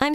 I'm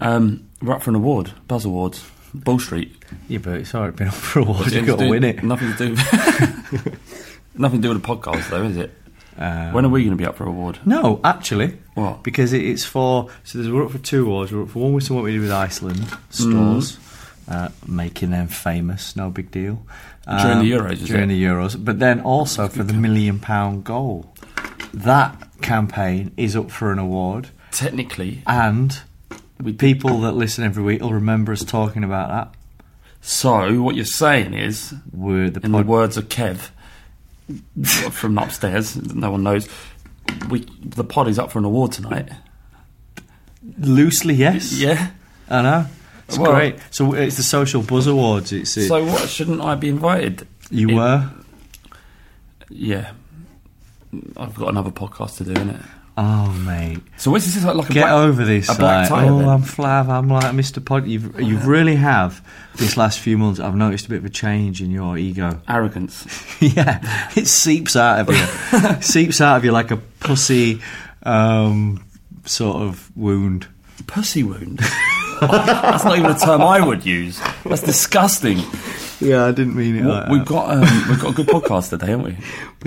Um, we're up for an award, Buzz Awards, Bull Street. Yeah, but it's already been up for a while. You've got to win it. Nothing to do. nothing to do with the podcast, though, is it? Uh, when are we going to be up for an award? No, actually. What? Because it, it's for. So there's, we're up for two awards. We're up for one with something we did with Iceland, Mm-hmm. stores, uh, making them famous, no big deal. Um, During the Euros, is During it? the Euros. But then also for the million pound goal. That campaign is up for an award. Technically, And We- people that listen every week will remember us talking about that. so what you're saying is, We're the in the pod- words of Kev from upstairs, no one knows. We the pod is up for an award tonight. loosely, yes. Yeah. I know. It's Well- great. So it's the Social Buzz Awards. It's it, So what? Shouldn't I be invited? you it- were. Yeah. I've got another podcast to do, innit? Oh mate, So what's this is like, like a get black- over this. a black like, tie oh, then? Oh, I'm flav. I'm like Mr. Pod. You've you really have this last few months. I've noticed a bit of a change in your ego. arrogance. yeah, it seeps out of you. seeps out of you like a pussy um, sort of wound. Pussy wound. That's not even a term I would use. That's disgusting. Yeah, I didn't mean it. Well, like we've that. got um, we've got a good podcast today, haven't we?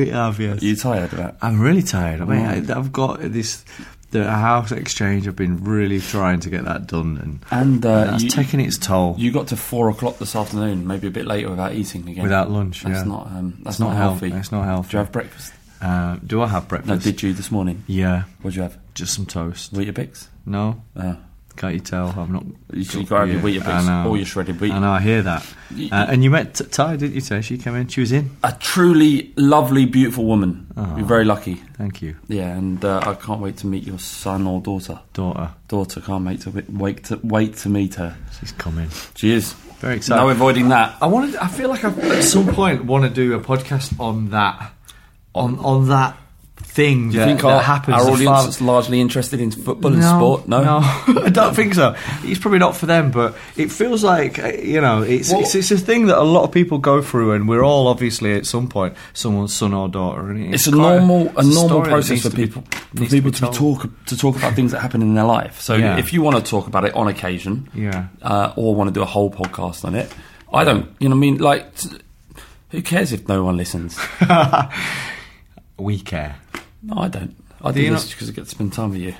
we have yes. Are you tired of that? I'm really tired. I mean, Mm. I, I've got this the house exchange. I've been really trying to get that done, and And uh, that's you, taking its toll. you got to four o'clock this afternoon, maybe a bit later without eating again. Without lunch, That's yeah. not um, that's It's not, not health- healthy. it's not healthy. Did you have breakfast? uh, do I have breakfast? No, did you this morning? yeah, What'd you have? just some toast. Wheat bix? No, Uh, can't you tell? I'm not. you should go have your wheat I bix know. or your shredded wheat. I know. I hear that. You- Uh, and you met T- Ty, didn't you? Tay? she came in. She was in. A truly lovely, beautiful woman. Oh. You're very lucky. Thank you, Yeah, and uh, I can't wait to meet your son or daughter. daughter. Daughter, can't wait to wait to wait to meet her. She's coming. She is Very excited. No avoiding that. I wanted. I feel like I at some point want to do a podcast on that, on on that thing Do you that, think that our, happens. our The audience father- is largely interested in football and sport? No, I don't think so. It's probably not for them, but it feels like uh, you know, it's, Well- it's it's a thing that a lot of people go through, and we're all obviously at some point someone's son or daughter, and It's a quite normal a it's normal story that process needs for to be- people for needs people to, be told. talk to talk about things that happen in their life. So Yeah. if you want to talk about it on occasion, Yeah. uh, or want to do a whole podcast on it, I don't. You know, what I mean, like, t- who cares if no one listens? We care. No, I don't. I do, you this not? because I get to spend time with you.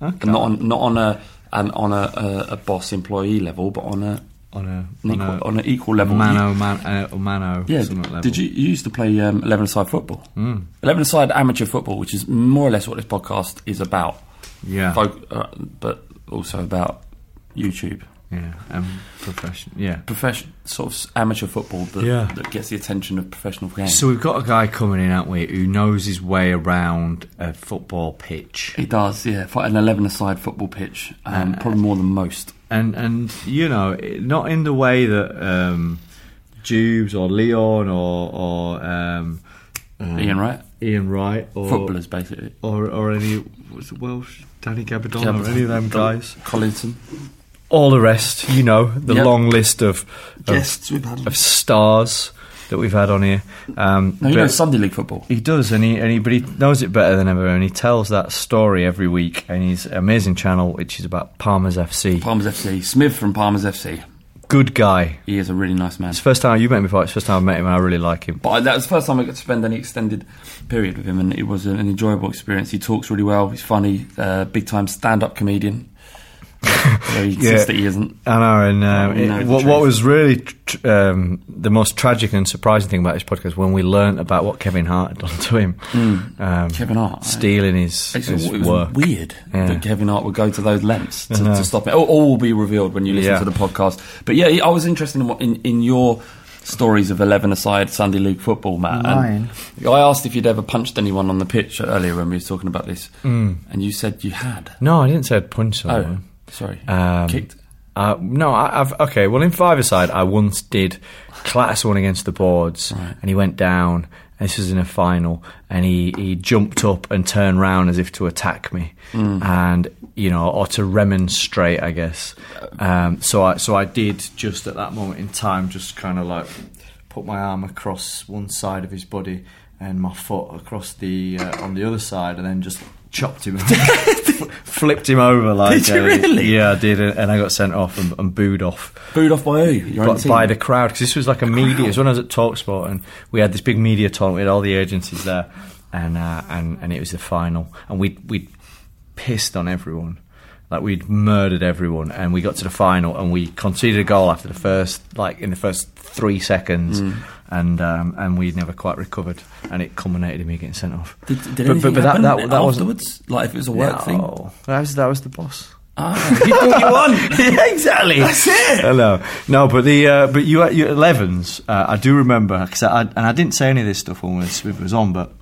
Okay. And not on not on a and on a, a, a boss employee level, but on a On a an equal, on a, on an equal level. mano man, uh, mano Yeah. something level. Did you, you used to play um, eleven side football? Mm. Eleven side amateur football, which is more or less what this podcast is about. Yeah. Folk, uh, but also about YouTube, Yeah, um, profession. Yeah. profession, sort of s- amateur football that, Yeah. that gets the attention of professional games. So we've got a guy coming in, haven't we, who knows his way around a football pitch. he does, yeah, for an eleven-a-side football pitch, um, Uh, probably more than most. and and you know it- not in the way that um Jubes or Leon or or um, um, Ian Wright, Ian Wright or footballers basically. or or any was it Welsh Danny Gabardon Yeah, or any of them guys Collinson. all the rest you know the Yep. long list of of, Guests we've had. of stars that we've had on here um No, you but- know Sunday league football. He does, and he, and he, but he knows it better than ever, and he tells that story every week. And his amazing channel, which is about Palmer's FC. Palmer's FC. Smith from Palmer's FC. Good guy. He is a really nice man. It's the first time you met him before. It's the first time I met him, and I really like him. But I, that was the first time I got to spend any extended period with him, and it was an, an enjoyable experience. He talks really well. He's funny, uh, big time stand up comedian. Although he insists that he isn't. I know, and um, We know it- the what, what truth. was really tr- um, the most tragic and surprising thing about this podcast when we learnt about what Kevin Hart had done to him. Um, Hmm. Kevin Hart, eh? stealing his, It's, his it was work. weird Yeah. that Kevin Hart would go to those lengths to, know. to stop it. All, all will be revealed when you listen Yeah. to the podcast. But yeah, I was interested in what in, in your stories of eleven-a-side Sunday League football, Matt. And I asked if you'd ever punched anyone on the pitch earlier when we were talking about this, Hmm. and you said you had. No, I didn't say I'd punch someone. Oh, sorry, Um, kicked. Uh, no, I, I've okay. Well, in five aside, I once did clatter someone against the boards, and he went down. This was in a final, and he, he jumped up and turned round as if to attack me, and you know, or to remonstrate, I guess. Um, so I so I did just at that moment in time, just kind of like put my arm across one side of his body and my foot across the uh, on the other side, and then just chopped him, F- flipped him over like. Did you really? Yeah, I did, and and I got sent off and, and booed off Booed off by who? Your own by, team? by the crowd because this was like a media. It was when I was at Talksport, and we had this big media tournament. We had all the agencies there, and uh, and and it was the final, and we we pissed on everyone. Like we'd murdered everyone, and we got to the final, and we conceded a goal after the first, like in the first three seconds, Mm. and um, and we never quite recovered, and it culminated in me getting sent off. Did, did anything happen wasn't- afterwards? Like if it was a work thing? No, that was that was the boss. Ah, you thought you won. yeah, exactly. That's it. Hello. No, but the uh, but you at your 11s, uh, I do remember because I, I and I didn't say any of this stuff when Smith was on, but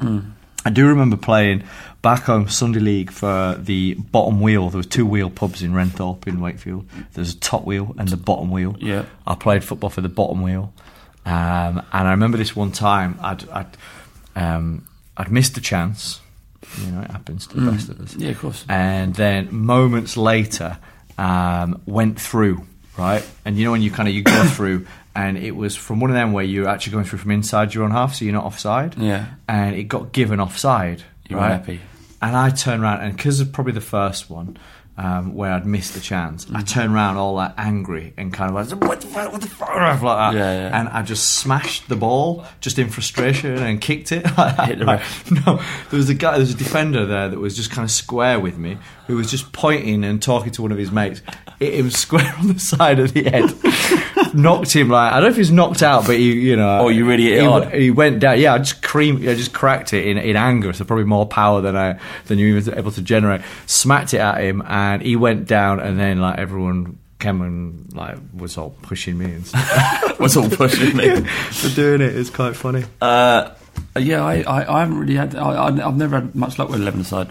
I do remember playing back home Sunday league for the bottom wheel. There was two wheel pubs in Renthorpe in Wakefield. There's a top wheel and the bottom wheel. Yeah. I played football for the bottom wheel, um, and I remember this one time I'd I'd, um, I'd missed a chance. You know, it happens to the best of us Yeah, of course. and then moments later um, went through right and you know when you kind of you go through and it was from one of them where you're actually going through from inside your own half so you're not offside Yeah. and it got given offside You were right happy. and I turned around and because of probably the first one um, where I'd missed the chance I Mm. turned around all that angry and kind of like what the fuck what the fuck like that Yeah, yeah. and I just smashed the ball just in frustration and kicked it Hit the ref. no, there was a guy, there was a defender there that was just kind of square with me, who was just pointing and talking to one of his mates. Hit him square on the side of the head, knocked him like I don't know if he was knocked out, but he, you know, Oh, you really hit he, it w- hard. he went down. Yeah, I just cream, I just cracked it in, in anger. So probably more power than I than you were able to generate. Smacked it at him, and he went down, and then like everyone. Came and like was all pushing me and stuff was all pushing me. for doing it. It's quite funny. Uh, yeah, I, I, I haven't really had. I, I- I've never had much luck with eleven aside.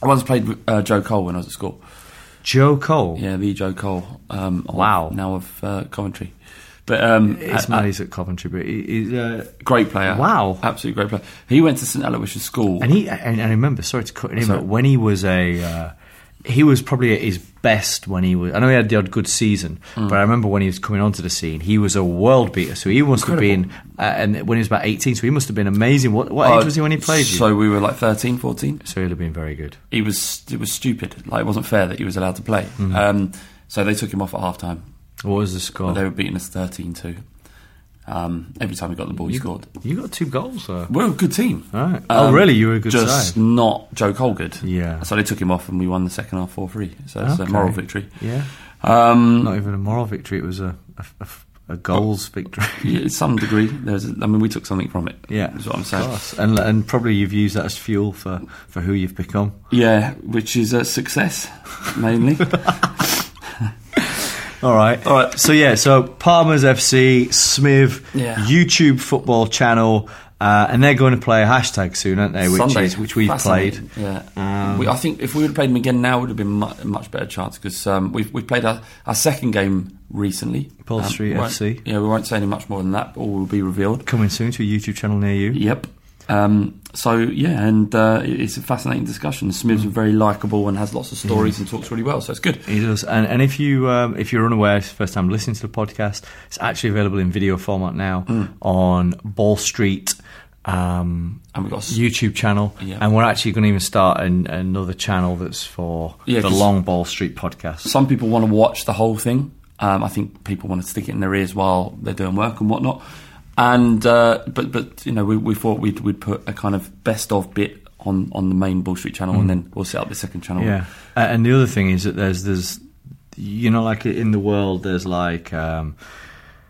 I once played with uh, Joe Cole when I was at school. Joe Cole. Yeah, the Joe Cole. Um, of- Wow. Now of uh, Coventry, but um, It's a- a mad he's at Coventry, but he, he's uh, great player. Wow. absolute great player. He went to St Aloysius School. And he and, and I remember, sorry to cut in, but when he was a, uh, he was probably at his best when he was. I know he had the odd good season, Hmm. but I remember when he was coming onto the scene, he was a world beater. So he must have been, uh, and when he was about eighteen, so he must have been amazing. What, what Uh, age was he when he played you? So we were like 13, 14. so he'd have been very good. He was it was stupid. Like it wasn't fair that he was allowed to play. Mm-hmm. Um, so they took him off at half time. What was the score? They were beating us 13-2. Um, every time he got the ball, he scored. you got two goals though. We're a good team. Right. Oh, really? You were a good Um, just side? not Joe Colgood. Yeah. So they took him off and we won the second half 4 3. So it's Okay. a moral victory. Yeah, Um, not even a moral victory. It was a a, a- a goals victory. yeah, to some degree, there's. I mean, we took something from it. Yeah, Is what I'm of saying. course. and and probably you've used that as fuel for, for who you've become. Yeah, which is a success, mainly. All right. All right. So yeah. So Palmer's FC, Smiv, Yeah. YouTube football channel, uh, and they're going to play a hashtag soon, aren't they? Which is which we've played. Um, Fascinating. Yeah, we, I think if we would have played them again now, it would have been mu- a much better chance because um, we've we played our, our second game recently. Um, Paul Street we won't- FC. Yeah, we won't say any much more than that. But all will be revealed. Coming soon to a YouTube channel near you. Yep. Um, so yeah, and uh, it- it's a fascinating discussion. Smith's very likable and has lots of stories and talks really well, so it's good. He does. And, and if you um, if you're unaware, it's the first time listening to the podcast, it's actually available in video format now Hmm. on Ball Street. Um, And we've got s- YouTube channel, Yeah. and we're actually going to even start an, another channel that's for Yeah, the 'cause- Long Ball Street podcast. Some people want to watch the whole thing. Um, I think people want to stick it in their ears while they're doing work and whatnot. And uh, but but you know we, we thought we'd we'd put a kind of best of bit on on the main Bull Street channel, and then we'll set up the second channel. Yeah, A- and the other thing is that there's there's you know like in the world there's like um,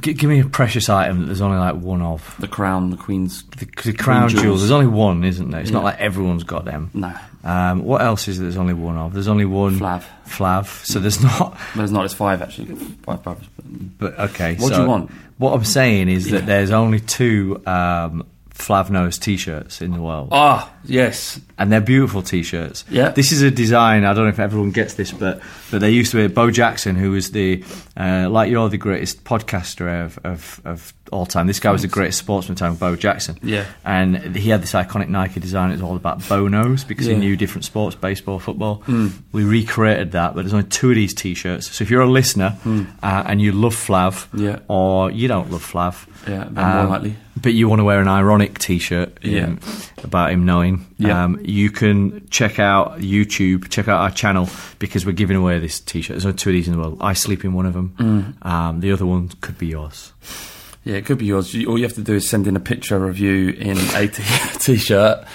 g- give me a precious item that there's only like one of The Crown, the Queen's, the, the crown Queen jewels. jewels. There's only one, isn't there? It's not Yeah. like everyone's got them. No. Um, what else is there there's only one of? There's only one Flav. Flav. So there's not. There's not. It's five actually. Five brothers. But okay. What do so you want? What I'm saying is that Yeah. there's only two um, Flav Noah's t-shirts in the world. Ah, yes. and they're beautiful t-shirts. Yeah. this is a design. I don't know if everyone gets this, but but they used to be Bo Jackson, who was the uh, like you're the greatest podcaster of, of of all time. This guy was the greatest sportsman of time, Bo Jackson. Yeah. and he had this iconic Nike design. It was all about bonos because Yeah. Hmm. he knew different sports, baseball, football. We recreated that, but there's only two of these t-shirts. So if you're a listener uh, and you love Flav, Hmm. Yeah. or you don't love Flav, um, Yeah, then more likely. But you want to wear an ironic t-shirt, Yeah. um, about him knowing. Yeah. Um, you can check out YouTube, check out our channel because we're giving away this T-shirt. There's only two of these in the world. I sleep in one of them. Um, the other one could be yours. Yeah, it could be yours. You- All you have to do is send in a picture of you in a t- t-shirt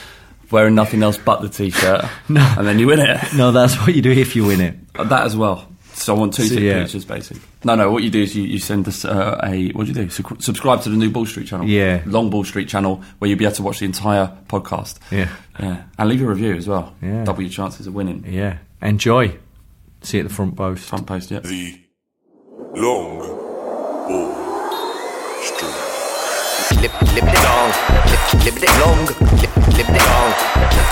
wearing nothing else but the t-shirt, No. and then you win it. No, that's what you do if you win it. That as well. So I want two So, so, yeah. pictures, basically. No, no. What you do is you, you send us uh, a what do you do? Suc- subscribe to the new Ball Street channel. Yeah. Long Ball Street channel where you'll be able to watch the entire podcast. Yeah. yeah, and leave a review as well. Yeah. double your chances of winning. Yeah. Enjoy. See you at the front post. Front post, yeah. The long ball street. Lip, lip it long, lip, lip it long, lip, lip it long,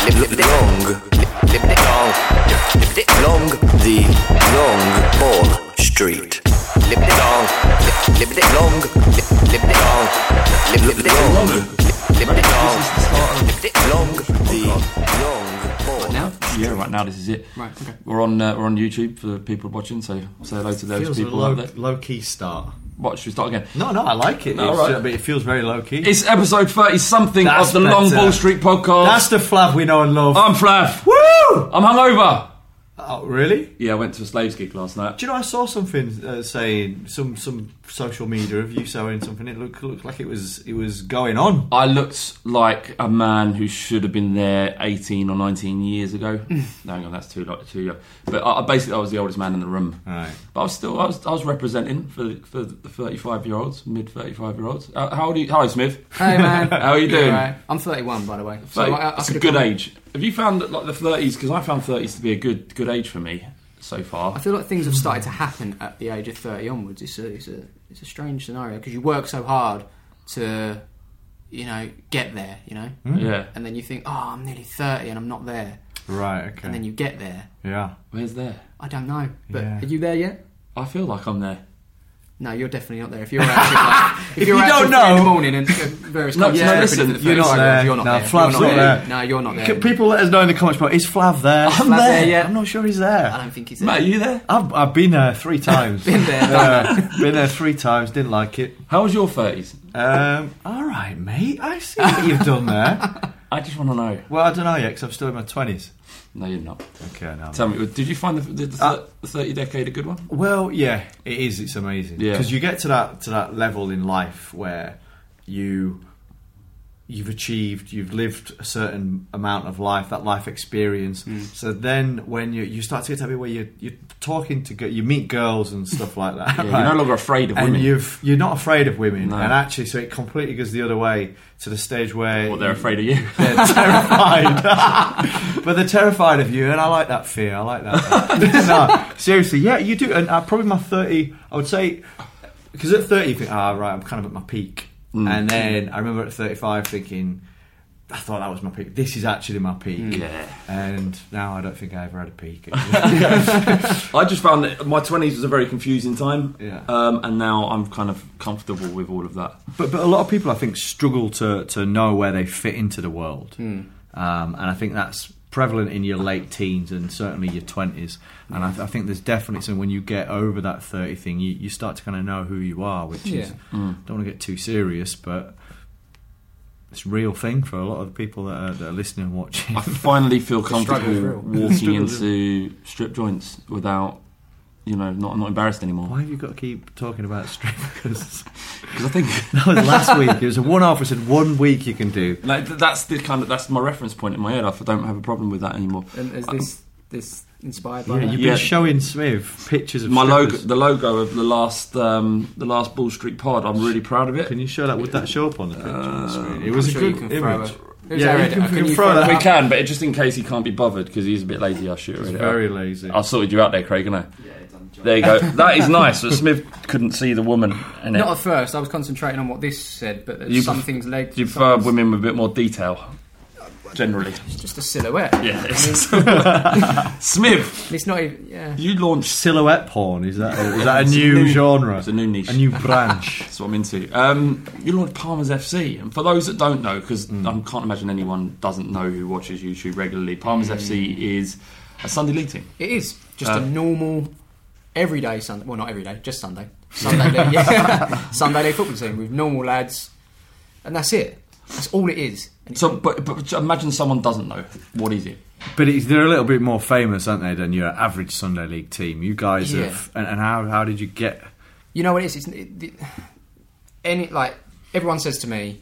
lip, lip it long, lip, lip it long, lip it long, the long ball street. Lip it long, lip, lip it long, lip, lip it long, lip, lip it long, lip, lip it long, lip it long, the long ball. Now, yeah, right now this is it. Right, okay. We're on uh, we're on YouTube for the people watching, so say hello to those people out there. key start. What should we start again? No, no, I like it. It's- all right. but it feels very low key. It's episode thirty something That's of the Long better. Ball Street podcast. the Flav we know and love. I'm Flav. Woo! I'm hungover. Oh, really? Yeah, I went to a slaves gig last night. Do you know I saw something uh, saying some some social media of you saying something? It looked looked like it was it was going on. I looked like a man who should have been there 18 or 19 years ago. Mm. no, hang on, that's too lo- too young. But I, I basically, I was the oldest man in the room. Right. But I was still, I was, I was representing for the, for the 35 year olds, mid 35 year olds. How, how old are you? Hi, Smith. Hey man, How are you doing? alright? I'm 31, by the way. So Like, I, I it's a could've good come- age. Have you found that, like the 30s? Because I found 30s to be a good good age for me so far. I feel like things have started to happen at the age of 30 onwards. It's a, it's a, it's a strange scenario because you work so hard to, you know, get there, you know? Hmm. Yeah. And then you think, oh, I'm nearly 30 and I'm not there. Right. Okay. And then you get there. yeah. Where's there? I don't know. But Yeah. are you there yet? I feel like I'm there. No, you're definitely not there. If you're out at, like, if, If you're you out don't till three in the know- morning and uh, various No, clubs no, are open listen, in the you're first hours, not there. you're not No, there. Flav's You're not not there. there. No, you're not there. Can people let us know in the comments below? Is Flav there? I'm Flav there yet? I'm not sure he's there. I don't think he's there. Matt, are you there? I've, I've been there three times. Been there, done Uh, been there three times. Didn't like it. How was your 30s? Um, all right, mate. I see what you've done there. I just want to know. Well, I don't know yet because I'm still in my twenties. No, you're not. Okay, now. Tell me, did you find the, the, the, Uh, the 30 decade a good one? Well, yeah, it is. It's amazing Yeah. because you get to that to that level in life where you you've achieved, you've lived a certain amount of life, that life experience. Mm. So then, when you you start to get to a bit where you you're talking to gi- you meet girls and stuff like that. you're no longer afraid of and women. You've you're not afraid of women, No. and actually, so it completely goes the other way to the stage where Well, they're you- afraid of you. They're terrified. but they're terrified of you, and I like that fear. I like that. no, seriously, yeah, you do. And uh, probably my 30, I would say, because at 30, you think, ah, right, I'm kind of at my peak. And then I remember at 35 thinking, I thought that was my peak. This is actually my peak. Yeah. And now I don't think I ever had a peak. I just found that my 20s was a very confusing time. Yeah. Um, and now I'm kind of comfortable with all of that. But but a lot of people, I think, struggle to to know where they fit into the world, Hmm. um, and I think that's prevalent in your late teens and certainly your twenties. And I, th- I think there's definitely some when you get over that thirty thing, you, you start to kind of know who you are, which is Yeah. don't want to get too serious, but it's a real thing for a lot of people that are, that are listening and watching. I finally feel struggle's comfortable real. walking into strip joints without you know, not not embarrassed anymore. Why have you got to keep talking about strikers? Because I think that was last week. It was a one-off. We said one week you can do. like th- that's the kind of that's my reference point in my head. I f- don't have a problem with that anymore. And is this this inspired by Yeah, that? you've Yeah. been showing Smith pictures of my logo, strippers. the logo of the last um, the last Bull Street pod. I'm really proud of it. Can you show that? Would that show up on the picture on the screen? Uh, It was sure a you good can throw image. it. Who's yeah, our you editor? can, Can you can you throw throw that. we can, but just in case he can't be bothered because he's a bit lazy, I should read it. out. Very lazy. I sorted you out there, Craig, didn't I? There you go. That is nice. But Smith couldn't see the woman in it. Not at first. I was concentrating on what this said, but there's You some pref- things legs. Do you and prefer some- women with a bit more detail? Generally, It's just a silhouette. yeah. Smith, It's not even. Yeah. you launched. Silhouette porn is that? A, is that a It's a new new- genre? it's a new niche. A new branch. That's what I'm into. Um, you launched Palmer's FC, and for those that don't know, because Mm. I can't imagine anyone doesn't know who watches YouTube regularly, Palmer's FC Mm. is a Sunday league team. It is just Uh, a normal, everyday Sunday. Well, not every day, just Sunday. Sunday, day, yeah. Sunday day football team with normal lads, and that's it. That's all it is. And it's So, but, but imagine someone doesn't know. What is it? But it's, they're a little bit more famous, aren't they, than your average Sunday league team? You guys Yeah. have. And, and how, how did you get. You know what it is? It's it, the, any like everyone says to me,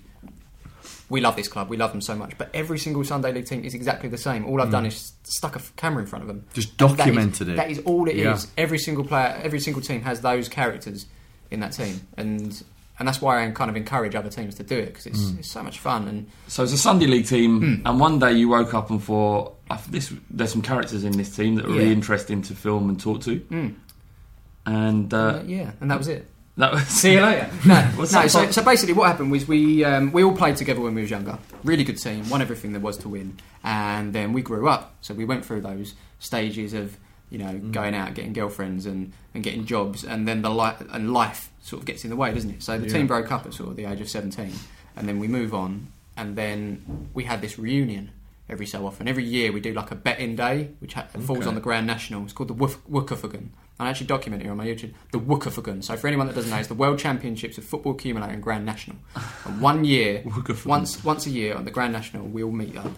we love this club, we love them so much. But every single Sunday league team is exactly the same. All I've done is stuck a f- camera in front of them, Mm. Just And that is- documented it. That is all it is. Yeah. Every single player, every single team has those characters in that team, and and that's why I kind of encourage other teams to do it because it's, Mm. it's so much fun. And So it's a Sunday league team, Mm. and one day you woke up and thought, "I- "This, there's some characters in this team that are really Yeah. Mm. interesting to film and talk to." And uh, uh, yeah, and that was it. that was See you later. No, What's no. that So, called? so basically, what happened was we um, we all played together when we was younger. Really good team, won everything there was to win, and then we grew up. So we went through those stages of you know Mm. going out, getting girlfriends, and, and getting jobs, and then the life and life sort of gets in the way, doesn't it? So the team broke up at sort of the age of seventeen, and then we move on, and then we had this reunion. Every so often, every year we do like a betting day, which ha- falls on the Grand National. It's called the Woof- Wookafagon. I actually document it on my YouTube. The Wookafagon. So for anyone that doesn't know, it's the World Championships of Football Accumulator and Grand National. And one year, once once a year on the Grand National, we all meet up.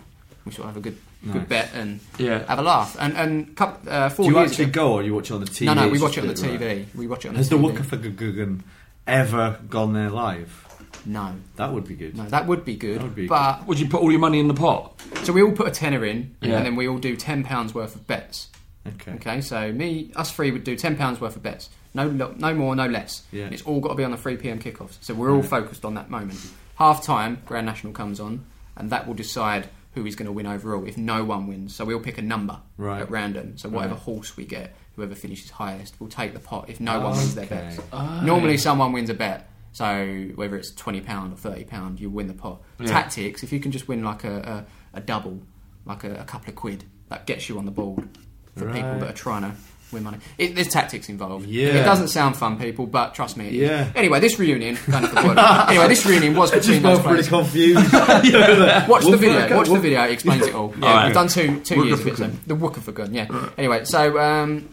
We sort of have a good good bet and Yeah. have a laugh. And and cup, uh, four Do you years actually ago, go or you watch it on the TV? No, no, we It's watch it on the just TV. right. We watch it on Has the the TV. Wukafagugan ever gone there live? No, That would be good. no, that would be good. That would be but Would you put all your money in the pot? so we all put a tenner in, Yeah. and then we all do ten pounds worth of bets. Okay. Okay, so me, us three would do ten pounds worth of bets. No, lo- no more, no less. Yeah. And it's all got to be on the three pm kickoffs. So we're all focused on that moment. Half time, Grand National comes on, and that will decide who is going to win overall. If no one wins, so we'll pick a number Right. at random. So whatever horse we get, whoever finishes highest, will take the pot. If no one wins their Okay. Ah. bets, normally someone wins a bet. So whether it's twenty pound or thirty pound, you win the pot. Tactics: if you can just win like a, a, a double, like a, a couple of quid, that gets you on the board for people Right. that are trying to win money. It, there's tactics involved. Yeah. It doesn't sound fun, people, but trust me. It is. Yeah. Anyway, this reunion. don't have to worry. anyway, this reunion was I just between those both really players. confused. Watch the Wolf- video. Watch the Wolf- video. It explains it all. Yeah, Alright. we've done two two Wooker years for of it. So. gun. The Wooker for Gun, yeah. Anyway, so um,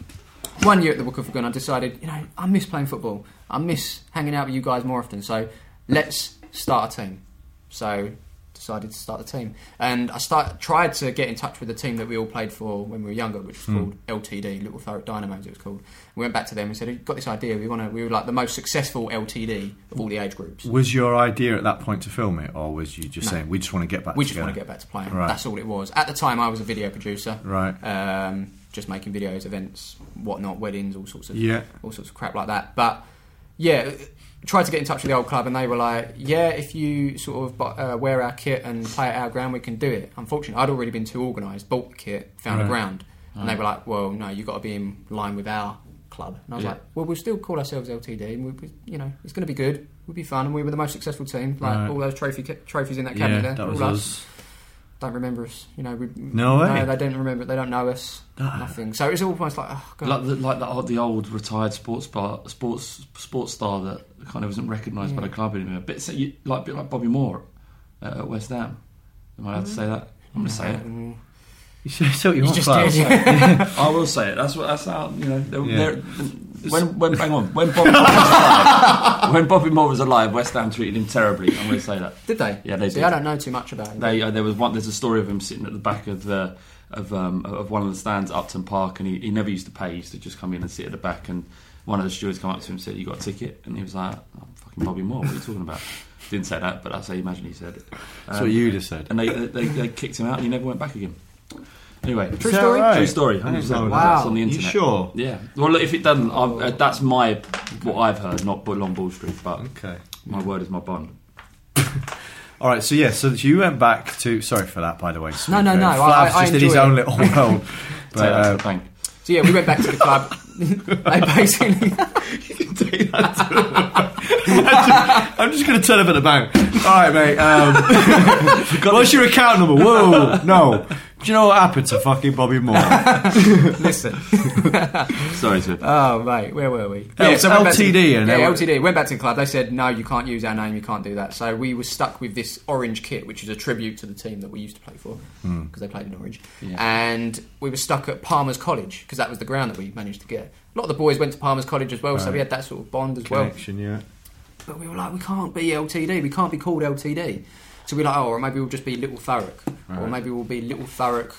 one year at the Wooker for Gun, I decided, you know, I miss playing football. I miss hanging out with you guys more often. So let's start a team. So decided to start a team, and I start tried to get in touch with the team that we all played for when we were younger, which was called LTD, Little Thurrock Dynamos. It was called. We went back to them and said, "We've got this idea. We want to. We were like the most successful LTD of all the age groups. Was your idea at that point to film it, or was you just saying we just want to get back? we just want to together"? get back to playing. Right. That's all it was. At the time, I was a video producer. Right. Um, just making videos, events, whatnot, weddings, all sorts of Yeah. all sorts of crap like that. But yeah, tried to get in touch with the old club, and they were like, "Yeah, if you sort of bu- uh, wear our kit and play at our ground, we can do it." Unfortunately, I'd already been too organised, bought the kit, found a Right. ground, and they were like, "Well, no, you've got to be in line with our club." And I was like, "Well, we'll still call ourselves LTD, and we, we, you know, it's going to be good." We'll be fun, and we were the most successful team. Like Right. all those trophy trophies in that Yeah, cabinet there. that all was us us. don't remember us. You know, we, No way. Ah. they don't remember. They don't know us. Nothing. So it's almost like, oh god, Like the, like the, old- the old retired sports bar, sports sports star that kind of isn't recognised Mm. by the club anymore. A bit so you, like bit like Bobby Moore uh, at West Ham. Am I allowed to Mm. say that? I'm going to say it. You say what you, want, just Clive. did. I will say it. That's what. That's how you know. They're, Yeah. they're, when, when, hang on, when Bobby Moore was alive, when Bobby Moore was alive, West Ham treated him terribly. I'm going to say that. Did they? Yeah, they See, did. I don't know too much about it. They, uh, there was one. There's a story of him sitting at the back of the of um, of one of the stands, at Upton Park, and he, he never used to pay. He used to just come in and sit at the back. And one of the stewards come up to him and said, "You got a ticket?" And he was like, "I'm fucking Bobby Moore. What are you talking about?" Didn't say that, but that's how you imagine he said it. That's what you'd have said. And they, they they kicked him out, and he never went back again. Anyway, Is that story? right? True story. I didn't 100%. know That's that. on the You internet. sure? Yeah. Well, look, if it doesn't, I've, uh, that's my what I've heard, not Bull- on Ball Street, but Okay. my word is my bond. All right, so yeah, so you went back to. Sorry for that, by the way. Sweet, no, uh, no, I- Flav's I- I just did his enjoy it. own little world. Take But, that to uh, the bank. So yeah, we went back to the club. they basically I'm just going to turn up at the bank. All right, mate. Um, what's your account number? Whoa, no. Do you know what happened to fucking Bobby Moore? listen. Sorry, Swift. Oh right, where were we? Oh, L- went back to- LTD and yeah, L- LTD went back to the club. They said no, you can't use our name, you can't do that. So we were stuck with this orange kit, which is a tribute to the team that we used to play for because Hmm. they played in orange. And we were stuck at Palmer's College because that was the ground that we managed to get. A lot of the boys went to Palmer's College as well, so we had that sort of bond as well. Connection, yeah. But we were like, we can't be LTD. We can't be called LTD. So we were like, oh, or maybe we'll just be Little Thurrock, or maybe we'll be Little Thurrock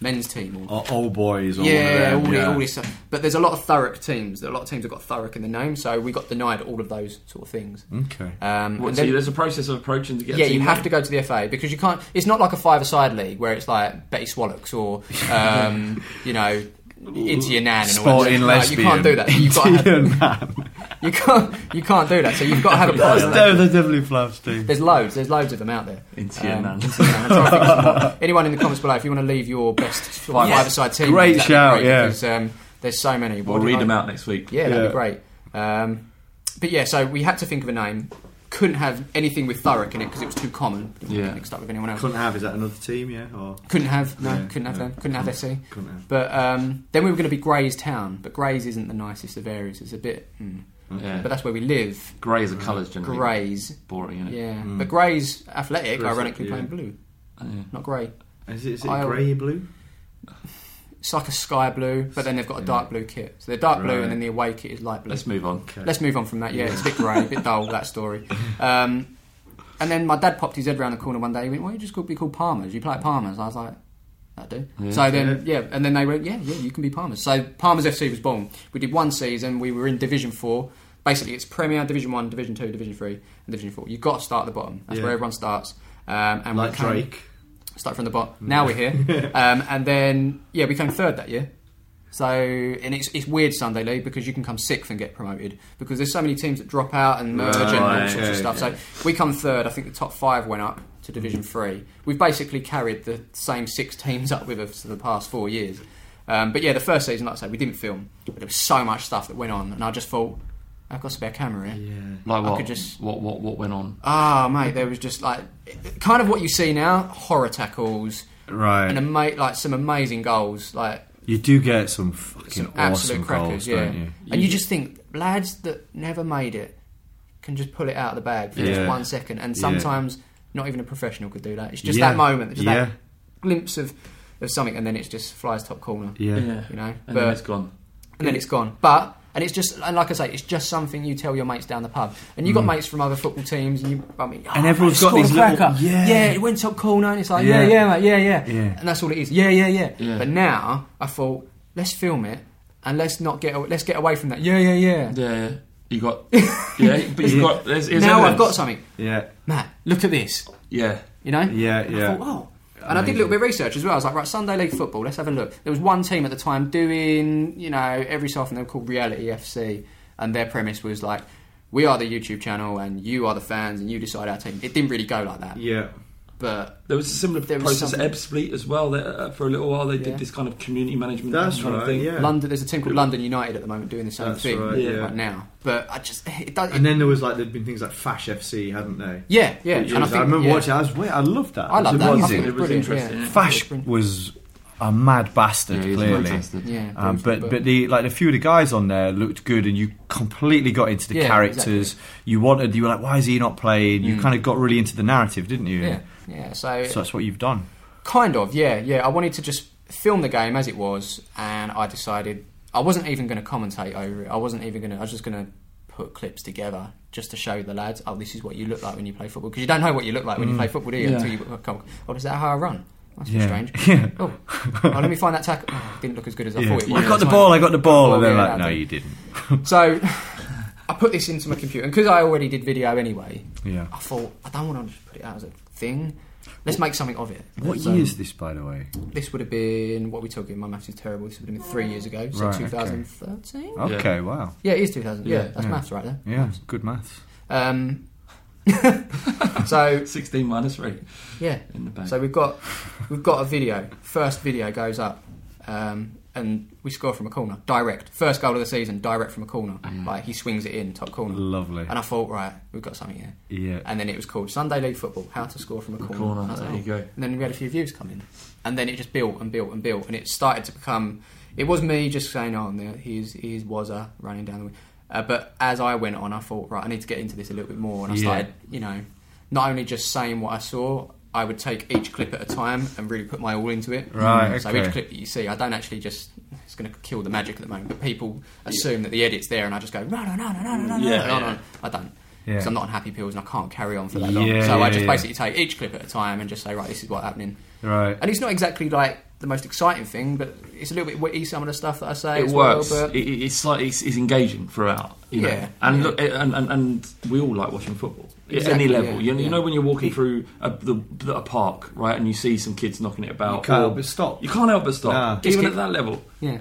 men's team, or Or old boys. Or yeah, one of them, all, yeah. The, all this stuff. But there's a lot of Thurrock teams. A lot of teams have got Thurrock in the name, so we got denied all of those sort of things. Okay. Um, What, and so then- there's a process of approaching to get. yeah, a you team have name. to go to the FA because you can't. It's not like a five-a-side league where it's like Betty Swallocks or um, you know into your nan and all that. Sporting No, lesbian. You can't do that. You've got to have, Indian man. you can't you can't do that. So you've got to have a That's person. de- that's definitely Flav's team. There's loads. There's loads of them out there. Into your nan. into your nan. That's what I think it's- Anyone in the comments below, if you want to leave your best five-a-side team, Great that'd be shout, great yeah. Because, um, there's so many. We'll What did read I- them out next week. Yeah, that'd Yeah. be great. Um, but yeah, so we had to think of a name. Couldn't have anything with Thurrock in it because it was too common. Didn't wanna Yeah. get mixed up with anyone else. Couldn't have, is that another team, yeah? Or Couldn't have no. Yeah, couldn't have yeah. them. Couldn't have SC. Couldn't have. But um, then we were going to be Grays Town, but Grays isn't the nicest of areas. It's a bit. Hmm. Yeah. But that's where we live. grey is a colours generally. Grays. Boring, isn't it? Yeah, but Grays athletic, Hmm. Grays, ironically yeah. Oh, playing blue, Yeah. not grey. Is it, is it I- grey blue? It's like a sky blue, but then they've got a dark blue kit. So they're dark blue, Right. and then the away kit is light blue. Let's move on. Let's move on from that. Yeah, it's a bit grey, a bit dull that story. Um, and then my dad popped his head round the corner one day. He went, "Why don't you just call- be called Palmers? You play at Palmers." I was like, "That do." so then, yeah. and then they went, "Yeah, yeah, you can be Palmers." So Palmers FC was born. We did one season. We were in Division Four. Basically, it's Premier, Division One, Division Two, Division Three, and Division Four. You've got to start at the bottom. That's Yeah. where everyone starts. Um, and we Like came- Drake. start from the bottom. Now we're here, um, and then yeah, we came third that year. So and it's it's weird Sunday league because you can come sixth and get promoted because there's so many teams that drop out and merge and all Right, sorts of okay, stuff. So we come third. I think the top five went up to Division Three. We've basically carried the same six teams up with us for the past four years. Um, but yeah, the first season, like I say, we didn't film, but there was so much stuff that went on, and I just thought I've got a spare camera here. Like what? could just- What, what? What went on? Ah, mate, there was just like kind of what you see now: horror tackles, Right. and ama- like some amazing goals, like You do get some fucking some absolute awesome crackers, goals, yeah. don't you? And you just think lads that never made it can just pull it out of the bag for Yeah. just one second, and Yeah. sometimes not even a professional could do that. It's just Yeah. that moment, it's Yeah. that glimpse of, of something, and then it's just flies top corner, Yeah. you know. And But- then it's gone. and then it's gone. But and it's just and like I say, it's just something you tell your mates down the pub, and you have got mates from other football teams, and you, I mean, Hmm. And oh, everyone's mate, got scored these a little- cracker. yeah. yeah, it went top corner, and it's like, yeah, Yeah. yeah, mate, yeah, yeah, Yeah. and that's all it is, yeah, yeah, yeah. Yeah. But now I thought, let's film it, and let's not get aw- let's get away from that, yeah, yeah, yeah. Yeah. You got. Yeah. But you've got. There's, there's now I've evidence. got something, Yeah, Matt. Look at this, Yeah. you know. yeah, And I yeah. thought, oh. And I did a little bit of research as well. I was like, right, Sunday League football, let's have a look. There was one team at the time doing, you know, every so often they were called Reality FC, and their premise was like, we are the YouTube channel and you are the fans and you decide our team. It didn't really go like that. Yeah. But There was a similar There was process. something- Ebb Spleet as well. That, uh, for a little while, they did Yeah. this kind of community management That's kind right, of thing. yeah. London, there's a team called London United at the moment doing the same That's thing right, yeah. now. But I just, it does. And then there was like there'd been things like Fash FC, hadn't they? yeah, yeah. Which And I, was- think, remember yeah. watching. I was, wait, I loved that. I It was love that. I amazing. think It it's was brilliant. interesting, Yeah. yeah. Fash was a mad bastard, Yeah, he's clearly. fantastic. Yeah, Um, brilliant, but but the like a few of the guys on there looked good, and you completely got into the Yeah, Mm. characters. You wanted you were like, why is he not playing? You kind of got really into the narrative, didn't you? yeah, yeah. So, So that's what you've done. Kind of, yeah, yeah. I wanted to just film the game as it was, and I decided I wasn't even going to commentate over it. I wasn't even going to. I was just going to put clips together just to show the lads, oh, this is what you look like when you play football. Because you don't know what you look like when you play football, do you? Until you come. Oh, is that how I run? That's a bit Mm. Yeah. strange. Yeah. Oh, oh, let me find that tackle. Oh, didn't look as good as I Yeah. thought it I was. Oh, got the ball, I got the ball. And they're yeah, like, I no, did. you didn't. So I put this into my computer, and because I already did video anyway, Yeah. I thought I don't want to just put it out as a thing. Let's make something of it. What So year is this, by the way? This would have been what are we talking. My maths is terrible. This would have been three years ago, so Right, okay. 2013. Okay, wow. Yeah, it is 2000. Yeah, that's yeah. maths right there. Yeah, it's good maths. Um, so 16 minus 3. yeah, In the bank. so we've got we've got a video. First video goes up, um, and we score from a corner, direct. First goal of the season, direct from a corner. Like he swings it in, top corner. Lovely. And I thought, right, we've got something here. Yeah. And then it was called Sunday League Football: How to Score from a Corner. corner, And I was there like, you go. And then we had a few views come in, and then it just built and built and built, and it started to become. It was me just saying, "Oh, there, he's he's Wazza running down the way." Uh, but as I went on, I thought, right, I need to get into this a little bit more, and I Yeah. started, you know, not only just saying what I saw. I would take each clip at a time and really put my all into it. Mm. Right, So okay. each clip that you see, I don't actually just. It's going to kill the magic at the moment, but people assume that the edit's there, and I just go, no, no, no, no, no, no, no, Yeah, no, no, yeah. no. I don't. Yeah. Because I'm not on happy pills and I can't carry on for that long. Yeah, so I yeah, just yeah. basically take each clip at a time and just say, right, this is what's happening. Right. And it's not exactly like the most exciting thing, but it's a little bit witty, some of the stuff that I say. It as works. Well, but It, it- it's like it's, it's engaging throughout. You know? Yeah, and yeah. look, it- and, and and we all like watching football Exactly, at any level. yeah, you, know- you yeah. know when you're walking through a, the, the- a park, right, and you see some kids knocking it about. You can't or- help but stop. You can't help but stop, Nah. Just even get- at that level. yeah.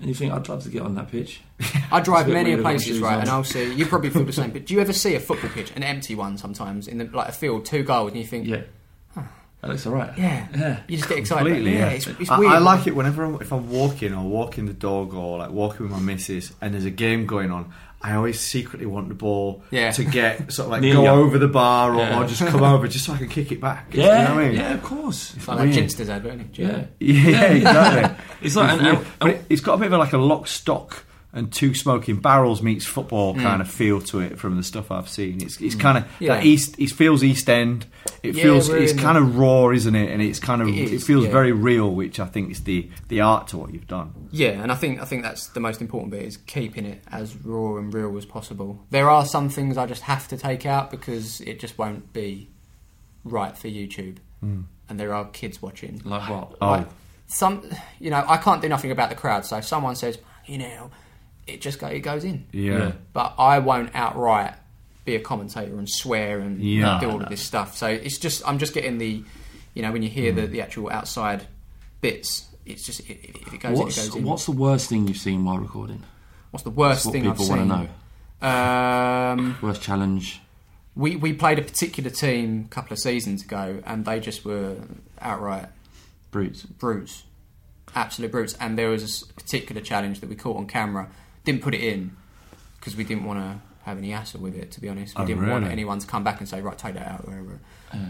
And you think I'd love to get on that pitch. I drive It's a bit many weird, I've got places, shoes right, on. and I'll see, you probably feel the same, but do you ever see a football pitch, an empty one sometimes, in the, like a field, two goals, and you think, Yeah, that looks all right. yeah, you just get excited. Completely, yeah, yeah. it's, it's I, weird. I like it whenever I'm, if I'm walking or walking the dog or like walking with my missus and there's a game going on. I always secretly want the ball Yeah. to get sort of like Near go you. over the bar or, Yeah. or just come over just so I can kick it back. yeah, you know what I mean? yeah, of course. It's like that weird. Ginster's advert, isn't it? Yeah, Yeah, exactly. It's like an- weird. an- But it, it's got a bit of like a lock stock and two smoking barrels meets football kind of feel to it from the stuff I've seen. It's it's kind of Yeah. that East. It feels East End. It Yeah, feels we're it's in kind of raw, isn't it? And it's kind of It it, is, feels yeah. very real, which I think is the the art to what you've done. Yeah, and I think I think that's the most important bit is keeping it as raw and real as possible. There are some things I just have to take out because it just won't be right for YouTube, and there are kids watching. Like what? Oh. Like, some you know I can't do nothing about the crowd. So if someone says you know, it just go, it goes in. Yeah. But I won't outright be a commentator and swear and Yeah. do all of this stuff. So it's just I'm just getting the you know when you hear the, the actual outside bits. It's just i- i- if it goes in, it What's goes in. what's the worst thing you've seen while recording? What's the worst That's what thing people I've want seen? to know. Um, Worst challenge. we we played a particular team a couple of seasons ago, and they just were outright Brutes. brutes, absolute brutes. And there was a s- particular challenge that we caught on camera, didn't put it in because we didn't want to have any hassle with it. To be honest, we Oh, didn't want really? anyone to come back and say, "Right, take that out." Whatever.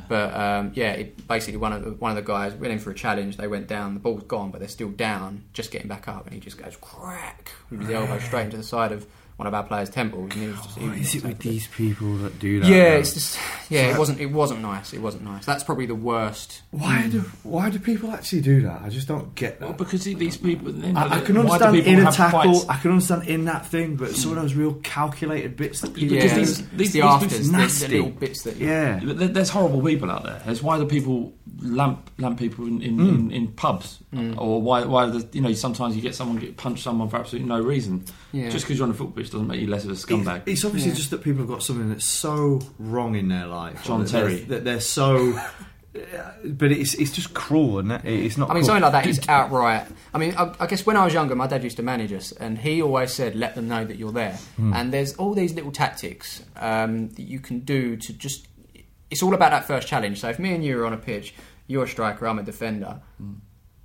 But um, yeah, it, basically one of the, one of the guys went in for a challenge. They went down. The ball's gone, but they're still down, just getting back up, and he just goes crack with his elbow straight into the side of one of our players' temples. And he was just, he was just absolutely- people that do that? yeah, it's just yeah. It wasn't. It wasn't nice. It wasn't nice. That's probably the worst. why do why do people actually do that? I just don't get that. Well, because these people. I, I can understand in a tackle. I can understand in that thing, but some of those real calculated bits that people Yeah, do. Because these- it's these- the these afters, bits the- nasty. the little bits that yeah. But there- there's horrible people out there. It's why the people lamp lamp people in, Hmm. in, in, in pubs, or why why the, you know sometimes you get someone get punch someone for absolutely no reason. Yeah. Just because you're on a football pitch doesn't make you less of a scumbag. It- It's obviously just that people have got something that's so wrong in their life. John that they're- Terry. That they're so. But it's it's just cruel, and that- it's not. I mean, cool. something like that is outright. I mean, I, I guess when I was younger, my dad used to manage us, and he always said, "Let them know that you're there." Hmm. And there's all these little tactics um, that you can do to just. It's all about that first challenge. So if me and you are on a pitch, you're a striker, I'm a defender. Hmm.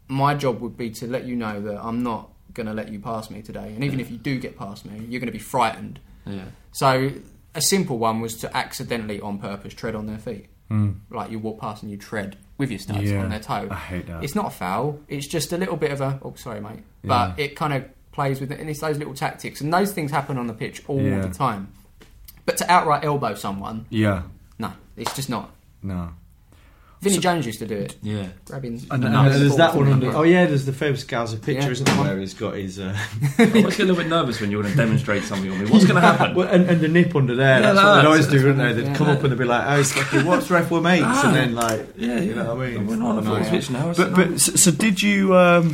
My job would be to let you know that I'm not going to let you pass me today, and even if you do get past me, you're going to be frightened. yeah. So a simple one was to accidentally, on purpose, tread on their feet. Like you walk past and you tread with your studs Yeah. on their toe. I hate that. It's not a foul. It's just a little bit of a oh sorry mate, but it kind of plays with it, and it's those little tactics, and those things happen on the pitch all Yeah. the time. But to outright elbow someone, Yeah. no, it's just not. No. Vinnie Jones used to do it. Yeah. Grabbing And, the and nuts there's balls that from one the under. number. Oh yeah, there's the famous Gaza picture, Yeah. isn't there? Where he's got his. Uh, I always get a little bit nervous when you're going to demonstrate something on me. What's going to happen? well, and, and the nip under there. Yeah, that's what that's- they always do, that's don't what- they? They'd yeah. come up and they'd be like, "Oh, it's like, what's ref we mates?" Ah. and then like, Yeah, you know what I mean. We're not on a full Yeah. switch now. But, but so, so did you? Um,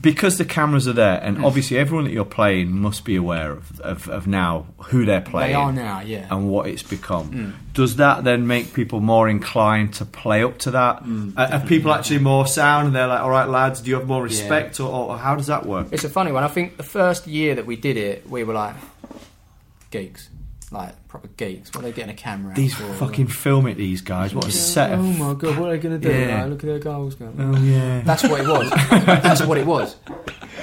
because the cameras are there, Hmm. and obviously everyone that you're playing must be aware of, of, of now who they're playing. They are now, Hmm. yeah. and what it's become. Does that then make people more inclined to play up to that? Hmm, are, are people actually more sound and they're like, all right, lads, do you have more respect or, or how does that work? It's a funny one. I think the first year that we did it, we were like geeks, like proper geeks. What are they getting a camera? out These for? fucking film it, these guys. What a set Oh of. my god, what are they going to do? Yeah. Like, look at their goals going. Oh, yeah. That's what it was. that's what it was.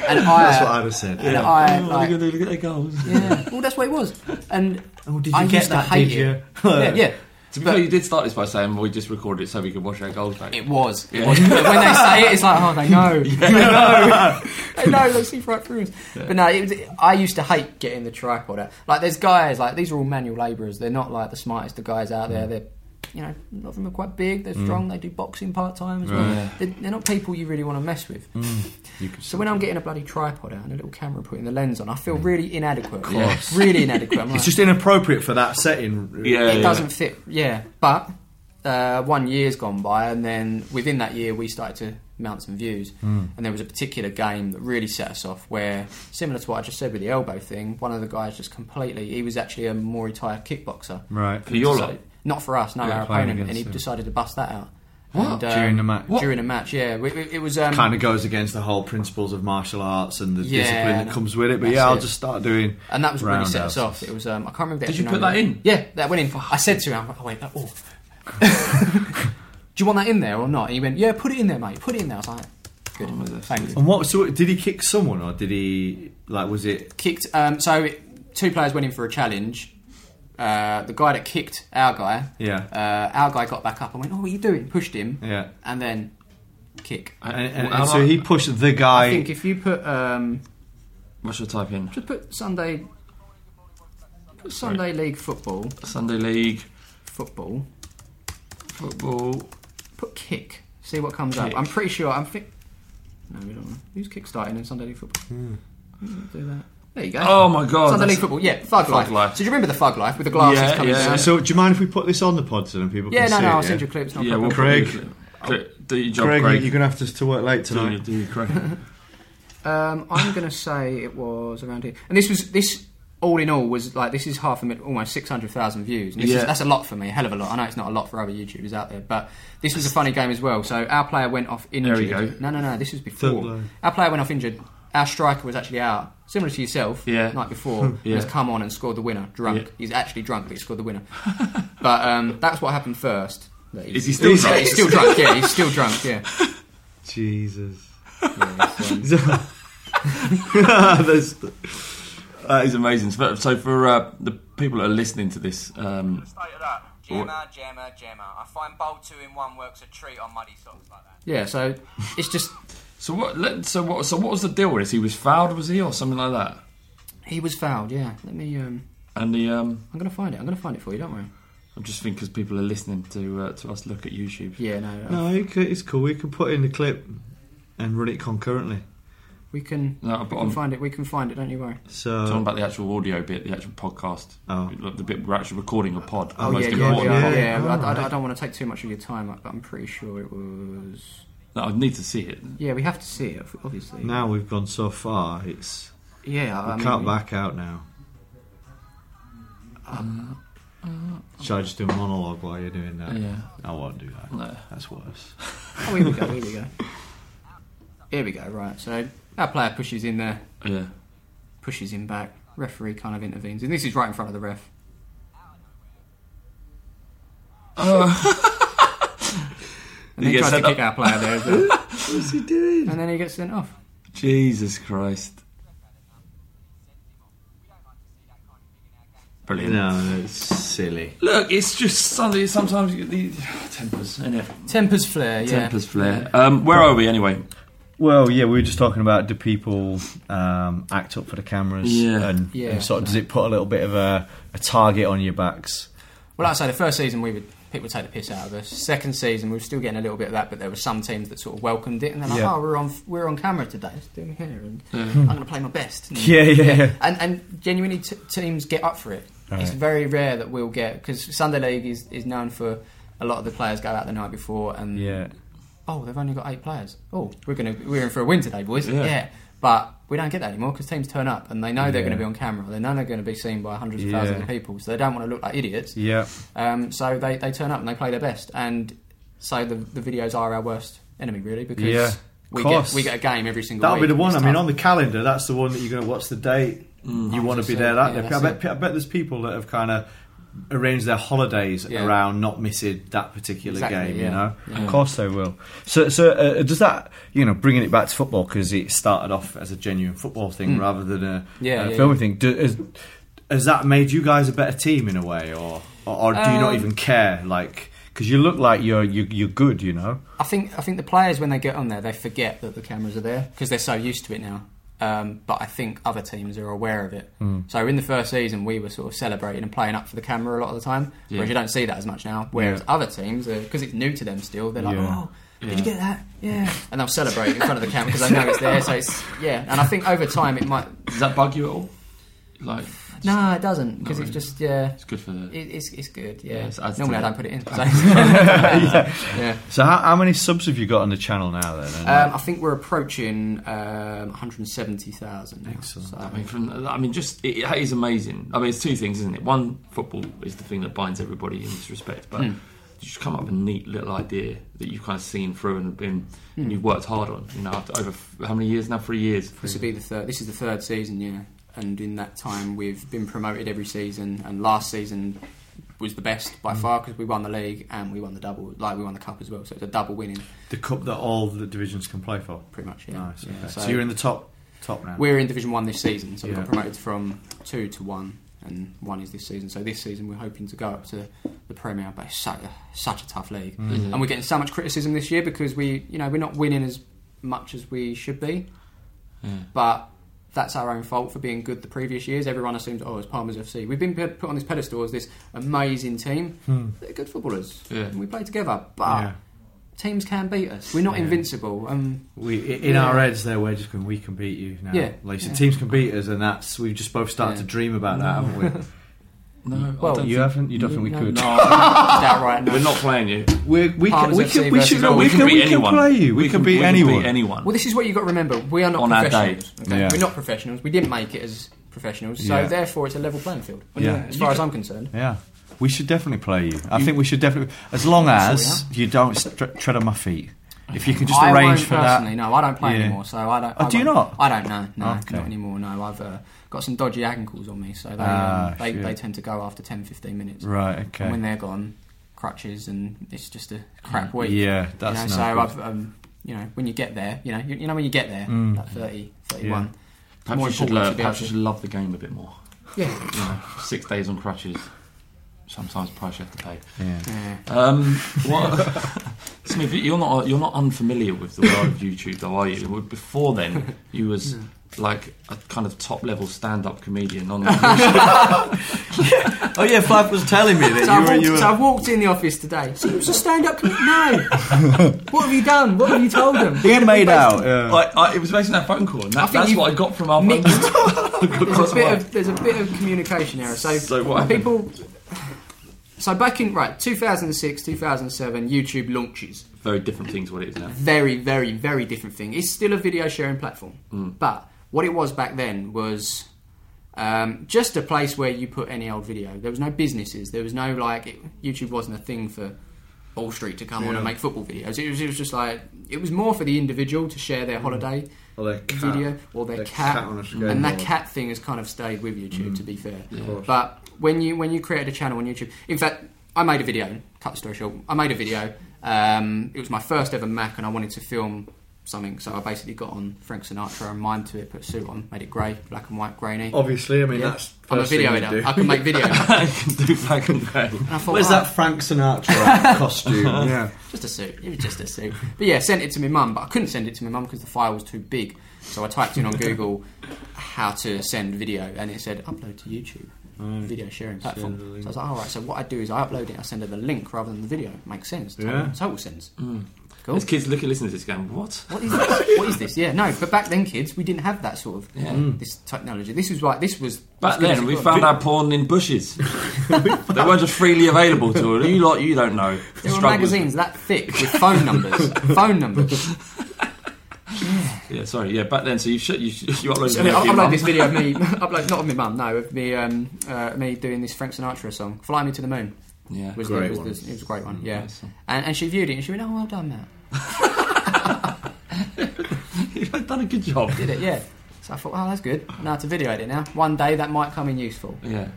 And I, That's what I'd have said. and Yeah. I, like, look at their goals. yeah. Well, that's what it was. And Oh, did you I get used that, to hate did it. you? yeah, yeah. To be But- fair, you did start this by saying we just recorded it so we could watch our goals back. It was. It was. But when they say it, it's like, oh, they know. They know. they know. They see right through us. But no, it was, I used to hate getting the tripod out. Like, there's guys, like, these are all manual labourers. They're not, like, the smartest of guys out there. They're, you know, a lot of them are quite big. They're strong. They do boxing part time as well. They're, they're not people you really want to mess with. So when I'm getting a bloody tripod out and a little camera putting the lens on, I feel really inadequate. course. Really inadequate. I'm like, It's just inappropriate for that setting. Yeah, it yeah. doesn't fit. Yeah, but uh, one year's gone by, and then within that year, we started to mount some views. Hmm. And there was a particular game that really set us off, where similar to what I just said with the elbow thing, one of the guys just completely. He was actually a Muay Thai kickboxer. Right. For your lot. So- not for us, no, Yeah, our playing opponent, and against he him. decided to bust that out. What? And, uh, During the match? What? During a match, yeah. We, we- it was um, Kind of goes against the whole principles of martial arts and the Yeah, discipline that no, comes with it. But that's yeah, I'll it. just start doing. And that was really set us roundhouses. off. It was um, I can't remember. the Did you actual name put that of it. in? Yeah, that went in. I said to him, "Oh wait, that, oh. do you want that in there or not?" And he went, "Yeah, put it in there, mate. Put it in there." I was like, "Good, thank you." And what? So did he kick someone or did he like? Was it Kicked. Um, so it- two players went in for a challenge. Uh, the guy that kicked our guy, Yeah. uh, our guy got back up and went, "Oh, what are you doing?" Pushed him, Yeah. and then kick. I, And, and- Well, and how so about- he pushed the guy. Uh, think if you put um, What should I type in? just put Sunday, put Sunday League football, Sunday League football. football. Put kick. See what comes Kick. up. I'm pretty sure. I'm think. No, we don't know. Who's kickstarting in Sunday League Football? Mm, Do that. There you go. Oh my God, Sunday that's- League Football. Yeah, Thug, Thug life. Life. So do you remember the Thug Life with the glasses Yeah, coming yeah. down? So, do you mind if we put this on the pod so then people uh, yeah, can no, see no. it, I'll yeah? send you clips. Not Yeah, we'll Craig. Craig, Do your job, Craig, Craig. you- you're going to have to, to work late do, your, tonight. do your Craig. um, I'm gonna say it was around here, and this was this. All in all, was like this is half a million, almost six hundred thousand views. And this Yeah. is, that's a lot for me, a hell of a lot. I know it's not a lot for other YouTubers out there, but this was a funny game as well. So our player went off we injured. go. No, no, no. This was Third before. line. Our player went off injured. Our striker was actually out, similar to yourself, Yeah. night before. Yeah. Has come on and scored the winner. Drunk. Yeah. He's actually drunk, but he scored the winner. but um, that's what happened first. That he's- Is he still that drunk? he's still drunk. Yeah, he's still drunk. Yeah. Jesus. Yeah, it's, um, There's- That is amazing. So, for- so for uh, the people that are listening to this, um, Gemma, Gemma, Gemma. I find bowl two in one works a treat on muddy socks like that. yeah. So it's just so what? let- So what? So what was the deal with this? He was fouled, was he, or something like that? He was fouled, yeah. Let me. Um, And the um, I'm gonna find it. I'm gonna find it for you. Don't worry. I'm just thinking because people are listening to uh, to us look at YouTube. Yeah, no, no. no, it c- it's cool. We can put in the clip and run it concurrently. we can. No, we but can I'm- find it. We can find it. Don't you worry. Talking So, about the actual audio bit, the actual podcast, Oh. Like the bit we're actually recording a pod. Oh, Most yeah, yeah, important we are. part. yeah. yeah, but I- I, Alright. I don't want to take too much of your time up, but I'm pretty sure it was. No, I need to see it. Yeah, we have to see it, obviously. now we've gone so far, it's. Yeah, We I mean, can't we- back out now. Shall I just do a monologue while you're doing that? Yeah. I won't do that. No. That's worse. Oh, here we go. Here we go. Here we go. Right. So our player pushes in there, Yeah. pushes him back. Referee kind of intervenes, and this is right in front of the ref. and He then gets tries to sent kick our player there as well, What's he doing? and then he gets sent off. Jesus Christ. Brilliant. No, it's silly. Look, it's just Sunday. Sometimes you get these tempers, innit? Tempers flare. Yeah. Tempers flare. Um, where are we anyway? Well, yeah, we were just talking about do people um, act up for the cameras Yeah. and, Yeah. and sort of does it put a little bit of a, a target on your backs? Well, like I say, the first season we were people take the piss out of us. Second season, we were still getting a little bit of that, but there were some teams that sort of welcomed it, and they're like, Yeah. "Oh, we're on, we're on camera today. Let's do it here, and I'm going to play my best." And- Yeah, yeah, yeah. And and genuinely, t- teams get up for it. It's very rare that we'll get because Sunday League is, is known for a lot of the players go out the night before and Yeah. oh, they've only got eight players. Oh, we're gonna we're in for a win today, boys. Yeah. But we don't get that anymore because teams turn up and they know they're going to be on camera. They know they're going to be seen by hundreds of thousands of Yeah. people, so they don't want to look like idiots. Yeah. Um, so they, they turn up and they play their best, and so the the videos are our worst enemy really because Yeah. we Course. get we get a game every single. That'll week. be the one. It's I mean, tough. on the calendar, that's the one that you're going to watch the date. Mm, You want to be there. That Yeah, day. I that's bet. I bet there's people that have kind of arranged their holidays Yeah. around not missing that particular Exactly, game. yeah. You know. Of course they will. So, so uh, does that you know bringing it back to football because it started off as a genuine football Mm. thing rather than a, Yeah, a yeah, film yeah. thing? Do, is, Has that made you guys a better team in a way, or or, or do you not Um, even care? Like, because you look like you're you, you're good, you know. I think I think the players when they get on there they forget that the cameras are there because they're so used to it now. Um, but I think other teams are aware of it. So in the first season we were sort of celebrating and playing up for the camera a lot of the time, whereas you don't see that as much now. Whereas other teams, because it's new to them still, they're like, Yeah. oh. Did you get that? Yeah, and they'll celebrate in front of the camera because they know it's there. So it's yeah, and I think over time it might. Does that bug you at all? Like, No, it doesn't because it's really. just yeah. it's good for the. It, it's it's good. Yeah. Yeah, it's adds to Normally I it. don't put it in. So. yeah. So how, how many subs have you got on the channel now then? And, Um, I think we're approaching um, 170,000. now. So, I mean, from, I mean, just it, it is amazing. I mean, it's two things, isn't it? One, football is the thing that binds everybody in this respect, but you just come up with a neat little idea that you've kind of seen through and been and you've worked hard on. You know, after over f- how many years now? Three years. this will be the third. This is the third season, yeah. And in that time, we've been promoted every season. And last season was the best by far because we won the league and we won the double, like we won the cup as well. So it's a double winning, the cup that all the divisions can play for. pretty much. Yeah. Nice. Yeah, okay. So, So, you're in the top top now. we're in Division One this season, so we Yeah. got promoted from two to one, and one is this season. So this season, we're hoping to go up to the Premier, but it's such a, such a tough league, Mm. and we're getting so much criticism this year because we, you know, we're not winning as much as we should be, but. That's our own fault for being good the previous years. Everyone assumes, oh, it's Palmer's FC. We've been put put on this pedestal as this amazing team. They're good footballers. Hmm. Yeah. And we play together, but Yeah. teams can beat us. We're not invincible. Um, We i- in Yeah. our heads there, we're just going. We can beat you now. Yeah. like so Yeah. teams can beat us, and that's we've just both started Yeah. to dream about that, haven't No, Well, I don't you think- haven't. You don't think we no, could? No, I- just outright. no. we're not playing you. we? we we can, Palmer's we FC can, we should, versus Arsenal. we We can, we can play you. We, can, beat anyone. anyone. Well, this is what you've got to remember. We are not On our professionals. okay? Yeah. We're not professionals. We didn't make it as professionals, so Yeah. therefore it's a level playing field. Yeah. As far as I'm concerned. Yeah, we should definitely play you. I think we should definitely, as long as Sorry, you don't stre- tread on my feet. If you can just I arrange won't for personally, that. No, I don't play Yeah. anymore, so I don't. Oh, I do you won't- not? I don't know. No, Okay. not anymore. No, I've uh, got some dodgy ankles on me, so they, Ah, um, they shit. they tend to go after 10, 15 minutes. Right. And when Okay. they're gone, crutches, and it's just a crap week. Mm. Yeah, You know, that's so no I've um, you know when you get there, you know you, you know when you get there, Mm. that 30, 31. perhaps more you should important learn, to be perhaps you able should love the game a bit more. Yeah. You know, six days on crutches. Sometimes price you have to pay. Yeah. Yeah. Um, what, Smith, you're not you're not unfamiliar with the world of YouTube, though, are you? Before then, you was like a kind of top level stand up comedian on the Oh yeah, Fab was telling me So, I've that walked, you were. You so I've were walked in the office today. So you was a stand-up comedian? No. what have you done? What have you told them? Get made out. yeah. like, I, it was based on that phone call, and that, think that's you've what I got from our phone mixed- call. There's a bit of there's a bit of communication error. So, So what people. So back in right 2006, 2007, YouTube launches. Very different things. What it is now. Very, very, very different thing. It's still a video sharing platform, but what it was back then was um, just a place where you put any old video. There was no businesses. There was no like it, YouTube wasn't a thing for Wall Street to come on and make football videos. It was, it was just like it was more for the individual to share their holiday Mm. Or their cat. video or their, Their cat, cat on a skateboard. Mm. and that cat thing has kind of stayed with YouTube. To be fair, but when you when you create a channel on YouTube, in fact, I made a video. Cut the story short. I made a video. Um, it was my first ever Mac, and I wanted to film something, so I basically got on Frank Sinatra and mined to it, put a suit on, made it grey, black and white, grainy. obviously, I mean Yeah. that's. I'm a first thing video you editor. do. I can make video. And I can do black and grey. I thought, Where's "Ah, that Frank Sinatra costume? yeah. Just a suit. It was just a suit. But yeah, sent it to my mum, but I couldn't send it to my mum because the file was too big. So I typed in on Google how to send video, and it said upload to YouTube. video sharing platform. So I was like, all right. So what I do is I upload it. I send her the link rather than the video. Makes sense. Total, Yeah. total sense. Cool. Those kids look at listening to this going, what? What is this? what is this? Yeah, no. But back then, kids, we didn't have that sort of Mm. this technology. This was like this was Back as good as then, it we got. found our porn in bushes. they weren't just freely available to us. You lot, you don't know. there were Struggles. magazines that thick with phone numbers. phone numbers. Yeah, sorry. Yeah, back then. So you should, you, should, you uploaded. So, I mean, I'll upload this video of me, upload, not of my mum, no, of me, um, uh, me doing this Frank Sinatra song, "Fly Me to the Moon." Yeah. was Great Mm, the, one. was the- it was a great one. Yeah, and, and she viewed it and she went, "Oh, well done, Matt." You've done a good job. Did it? Yeah. So I thought, "Oh, that's good." Now to video it now. One day that might come in useful. Yeah.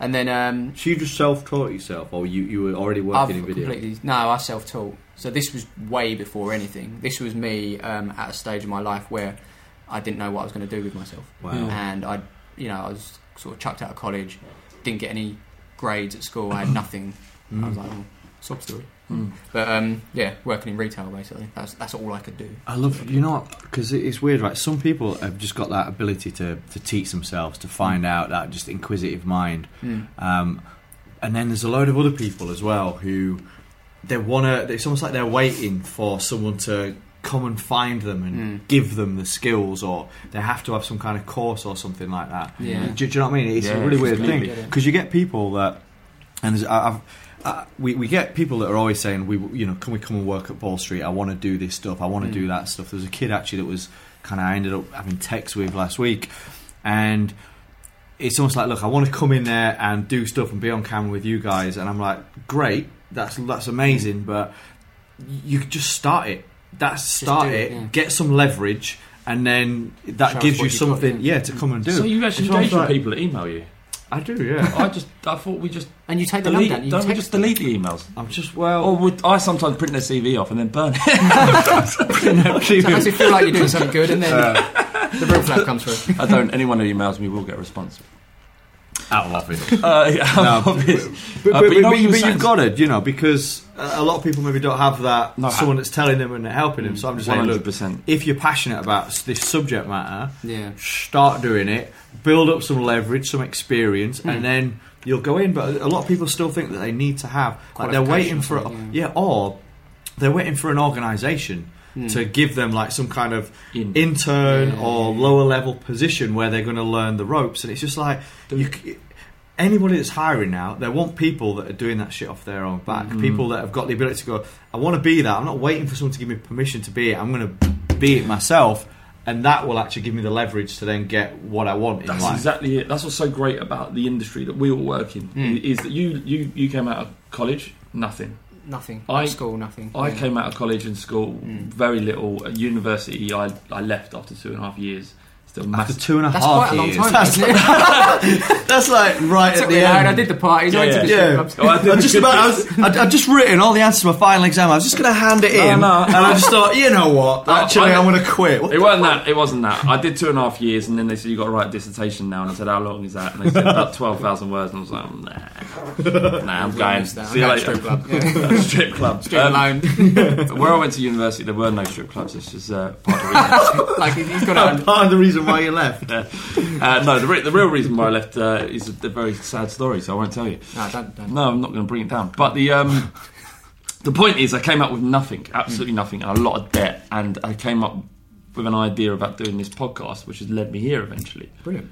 And then um, So you just self-taught yourself, or you, you were already I've working in video? completely no, I self-taught. So this was way before anything. This was me um, at a stage in my life where I didn't know what I was going to do with myself. Wow. And I, you know, I was sort of chucked out of college, didn't get any grades at school. I had nothing. Mm. I was like, oh, sob story. But um, yeah, working in retail basically. That's that's all I could do. I love you know what because it's weird right some people have just got that ability to, to teach themselves to find out that just inquisitive mind um, and then there's a load of other people as well who they want to it's almost like they're waiting for someone to come and find them and give them the skills or they have to have some kind of course or something like that Yeah. do, do you know what I mean it's Yeah, a really weird completely. thing because you get people that and there's- I- I've, I, we we get people that are always saying we you know can we come and work at Ball Street? I want to do this stuff. I want to Mm. do that stuff. There was a kid actually that was kind of I ended up having text with last week, and it's almost like look I want to come in there and do stuff and be on camera with you guys, and I'm like great that's that's amazing, but you could just start it. That's start do it. it, yeah. Get some leverage, and then that Show us gives what you you've got, something yeah. to come and do. So you actually And so I engage with was like, people that email you. I do yeah. I just, I thought we just And you take Oh. the delete. number down. You Don't we text just them. delete the emails? I'm just well. Or would I sometimes print their CV off and then burn it? So it makes you feel like you're doing something good, and then the real flap comes through. I don't. Anyone who emails me will get a response. out of office. Uh, yeah, obvious. But, Uh, but, you know but, what you you were saying? have got it, you know, because uh, a lot of people maybe don't have that No, someone that's telling them and helping them. So I'm just saying, look, 100%. if you're passionate about s- this subject matter, Yeah. start doing it, build up some leverage, some experience, and then you'll go in. But a lot of people still think that they need to have, like they're waiting for, a, Qualification or something, yeah. Hmm. or they're waiting for an organisation. To give them like some kind of In. intern or lower level position where they're going to learn the ropes, and it's just like you, c- anybody that's hiring now, they want people that are doing that shit off their own back. Mm. People that have got the ability to go, I want to be that. I'm not waiting for someone to give me permission to be it. I'm going to be it myself. And that will actually give me the leverage to then get what I want in That's life. exactly it. That's what's so great about the industry that we all work in is that you, you you came out of college nothing. Nothing. I- School. Nothing. I Yeah. came out of college and school very little. At university, I, I left after two and a half years. Still After massive. two and a half That's quite a long years. time. that's, isn't it? that's like right took at me the an hour and end. I did the parties. I went to the strip Yeah, clubs. Oh, I did I the just good about. I bits. was, I'd, I'd just written all the answers to my final exam. I was just going to hand it in, no. and I just thought, you know what? No, Actually, I- I'm going to quit. What It wasn't that. It wasn't that. I did two and a half years, and then they said you got to write a dissertation now. And I said, how long is that? And they said about twelve thousand words. And I was like, nah, nah, I'm going. Down. See you Down later. Strip club. Yeah. Strip club. Strip Um, alone. Where I went to university, there were no strip clubs. It's just uh, part of the reason. like he's got out. part of the reason why you left? Uh, no, the, re- the real reason why I left uh, is a, a very sad story, so I won't tell you. No, don't, don't. No, I'm not going to bring it down. But the um, the point is, I came up with nothing, absolutely nothing, and a lot of debt, and I came up with an idea about doing this podcast, which has led me here eventually. Brilliant.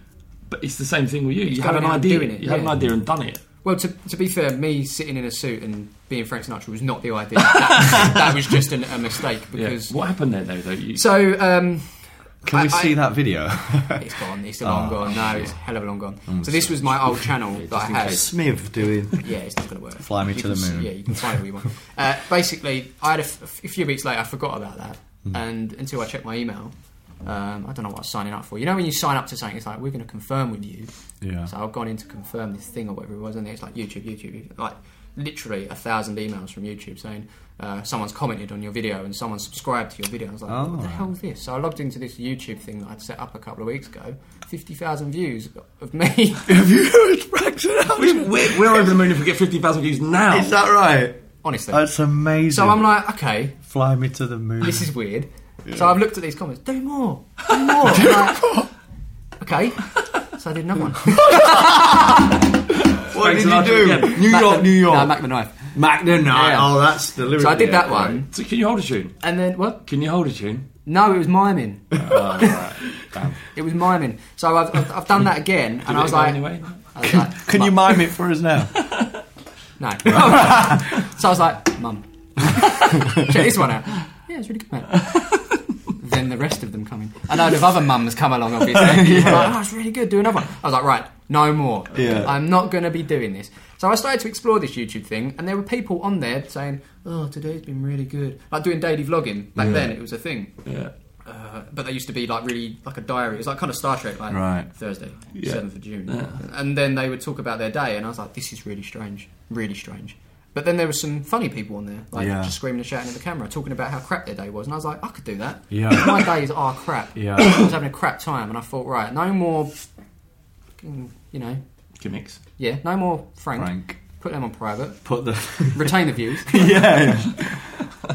But it's the same thing with you. you had going an out and idea, doing it, you had an yeah. idea and done it. Well, to, to be fair, me sitting in a suit and being Frank Sinatra was not the idea. That, that was just an, a mistake Yeah. because. What happened there, though? though? You, So um, Can I- we see I- that video? it's gone. It's a Ah, long gone. No, it's a hell of a long gone. so this was my old channel that I had. Smith doing Yeah, it's not going to work. Fly me You to can the s- moon. Yeah, you can find it where you want. Uh, basically, I had a, f- a few weeks later. I forgot about that, Hmm. and until I checked my email, um, I don't know what I was signing up for. You know, when you sign up to something, it's like we're going to confirm with you. Yeah. So I've gone in to confirm this thing or whatever it was, and it's like YouTube, YouTube, YouTube. like literally a thousand emails from YouTube saying uh, someone's commented on your video and someone subscribed to your video. I was like, Oh. what the hell is this? So I logged into this YouTube thing that I'd set up a couple of weeks ago. Fifty thousand views of me. we're, we're, we're over the moon if we get 50,000 views now. Is that right? Honestly. That's amazing. so I'm like, okay, fly me to the moon. this is weird. So I've looked at these comments. Do more. Do more. I'm like, okay. So I did another one. What did you do? New Mac York, the- New York. No, Mac the knife. Magna Knight. Yeah. Oh, that's the lyric. So I did yeah, that one, right. So can you hold a tune? and then what? Can you hold a tune? No, it was miming. It was miming. So I've, I've, I've done that again, and I was like, anyway. I was like, Can you mime it for us now? No. so I was like, Mum, check this one out. Yeah, it's really good, mate. then the rest of them come in. A load of other mums come along, obviously. like, oh, it's really good, do another one. I was like, right, no more. Yeah. I'm not going to be doing this. So I started to explore this YouTube thing, and there were people on there saying, oh, today's been really good. Like doing daily vlogging. Back then, it was a thing. Yeah. Uh, but they used to be like really like a diary. It was like kind of Star Trek, like Right. Thursday, seventh of June, and then they would talk about their day, and I was like, this is really strange, really strange. But then there were some funny people on there, like Yeah. just screaming and shouting at the camera, talking about how crap their day was, and I was like, I could do that. Yeah. my days are crap. Yeah. I was having a crap time, and I thought, right, no more, fucking, you know, Gimmicks. yeah, no more Frank. Frank. Put them on private, Put the retain the views, yeah.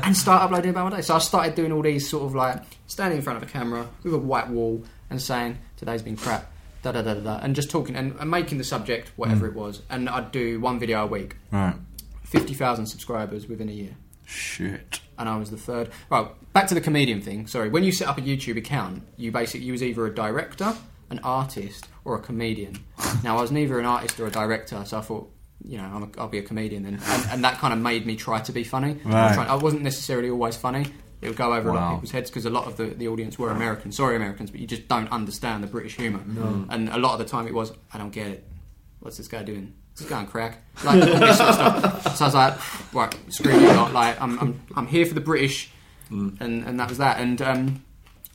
and start uploading about my day. So I started doing all these sort of like standing in front of a camera with a white wall and saying today's been crap, da da da da, da and just talking and, and making the subject whatever it was. And I'd do one video a week, Mm. Right. fifty thousand subscribers within a year, Shit. and I was the third. Well, back to the comedian thing. Sorry, when you set up a YouTube account, you basically you was either a director, an artist, or a comedian. now I was neither an artist or a director, so I thought. You know, I'm a, I'll be a comedian, then. and, and that kind of made me try to be funny. I, was Right. trying- I wasn't necessarily always funny. It would go over a lot Wow. of people's heads because a lot of the, the audience were Americans. Sorry, Americans, but you just don't understand the British humour. And a lot of the time it was, I don't get it. What's this guy doing? Is this guy on crack? Like, all this sort of stuff. So I was like, right, screw you lot. Like, I'm, I'm, I'm here for the British. And, and that was that. And um,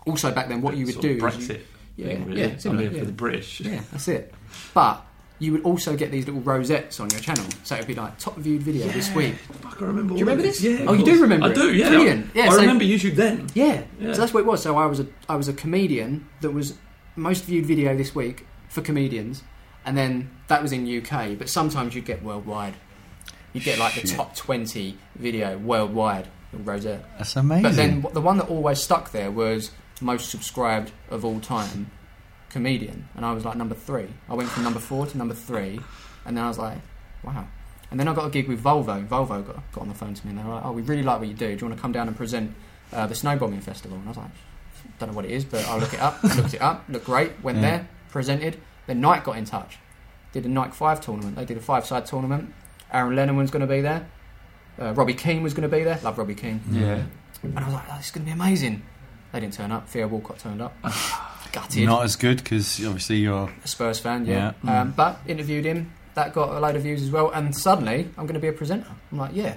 also back then, what you would Mm. Sort do. of is you- Brexit. Yeah, thing, yeah, really. I'm similar, here yeah. for the British. yeah, that's it. But you would also get these little rosettes on your channel. So it would be like, top viewed video this week. Fuck, I remember. Do you remember this? Yeah. of Oh, you do course. remember I it. do. Yeah. Brilliant. I, Yeah, I so- remember YouTube then. Yeah. Yeah. So that's what it was. So I was a I was a comedian that was most viewed video this week for comedians, and then that was in UK. But sometimes you'd get worldwide. You would get like the top twenty video worldwide. in Rosette. That's amazing. But then w- the one that always stuck there was most subscribed of all time comedian, and I was like number three. I went from number four to number three, and then I was like, wow. And then I got a gig with Volvo. Volvo got, got on the phone to me, and they were like, oh, we really like what you do. Do you want to come down and present uh, the snowbombing festival? And I was like, don't know what it is, but I'll look it up. Looked it up, looked great. Went there, presented. Then Nike got in touch. Did a Nike Five tournament. They did a five-side tournament. Aaron Lennon was going to be there. Uh, Robbie Keane was going to be there. Love Robbie Keane. Yeah. And I was like, oh, this is going to be amazing. They didn't turn up. Theo Walcott turned up. Gutted. not as good because obviously you're a Spurs fan, yeah. Um, but interviewed him. That got a load of views as well. And suddenly, I'm going to be a presenter. I'm like, yeah.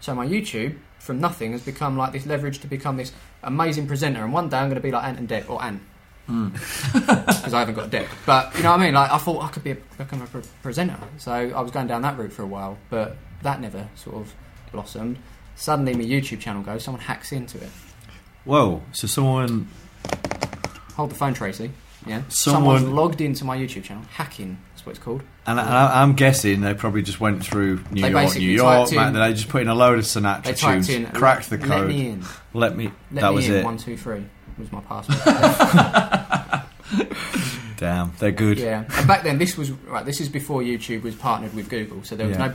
So my YouTube, from nothing, has become like this leverage to become this amazing presenter. And one day I'm going to be like Ant and Deck or Ant. Because I haven't got a deck. But you know what I mean? Like, I thought I could be a, become a pre- presenter. So I was going down that route for a while. But that never sort of blossomed. Suddenly, my YouTube channel goes, someone hacks into it. whoa. So someone Hold the phone, Tracy. Yeah. Someone- Someone's logged into my YouTube channel. Hacking. That's what it's called. and, I, and I, I'm guessing they probably just went through New They York, basically New York. typed Man, in- they just put in a load of Sinatra They typed tunes, in. cracked the "Let- code. Let me in. Let me- Let that me was in. it. One, two, three was my password. Damn, they're good. yeah. And back then, this was right. This is before YouTube was partnered with Google, so there was Yeah. no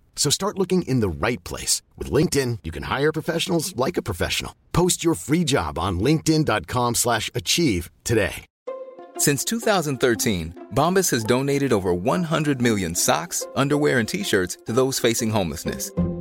So start looking in the right place. With LinkedIn, you can hire professionals like a professional. Post your free job on linkedin.com/achieve slash achieve today. Since 2013, Bombas has donated over 100 million socks, underwear, and t shirts to those facing homelessness.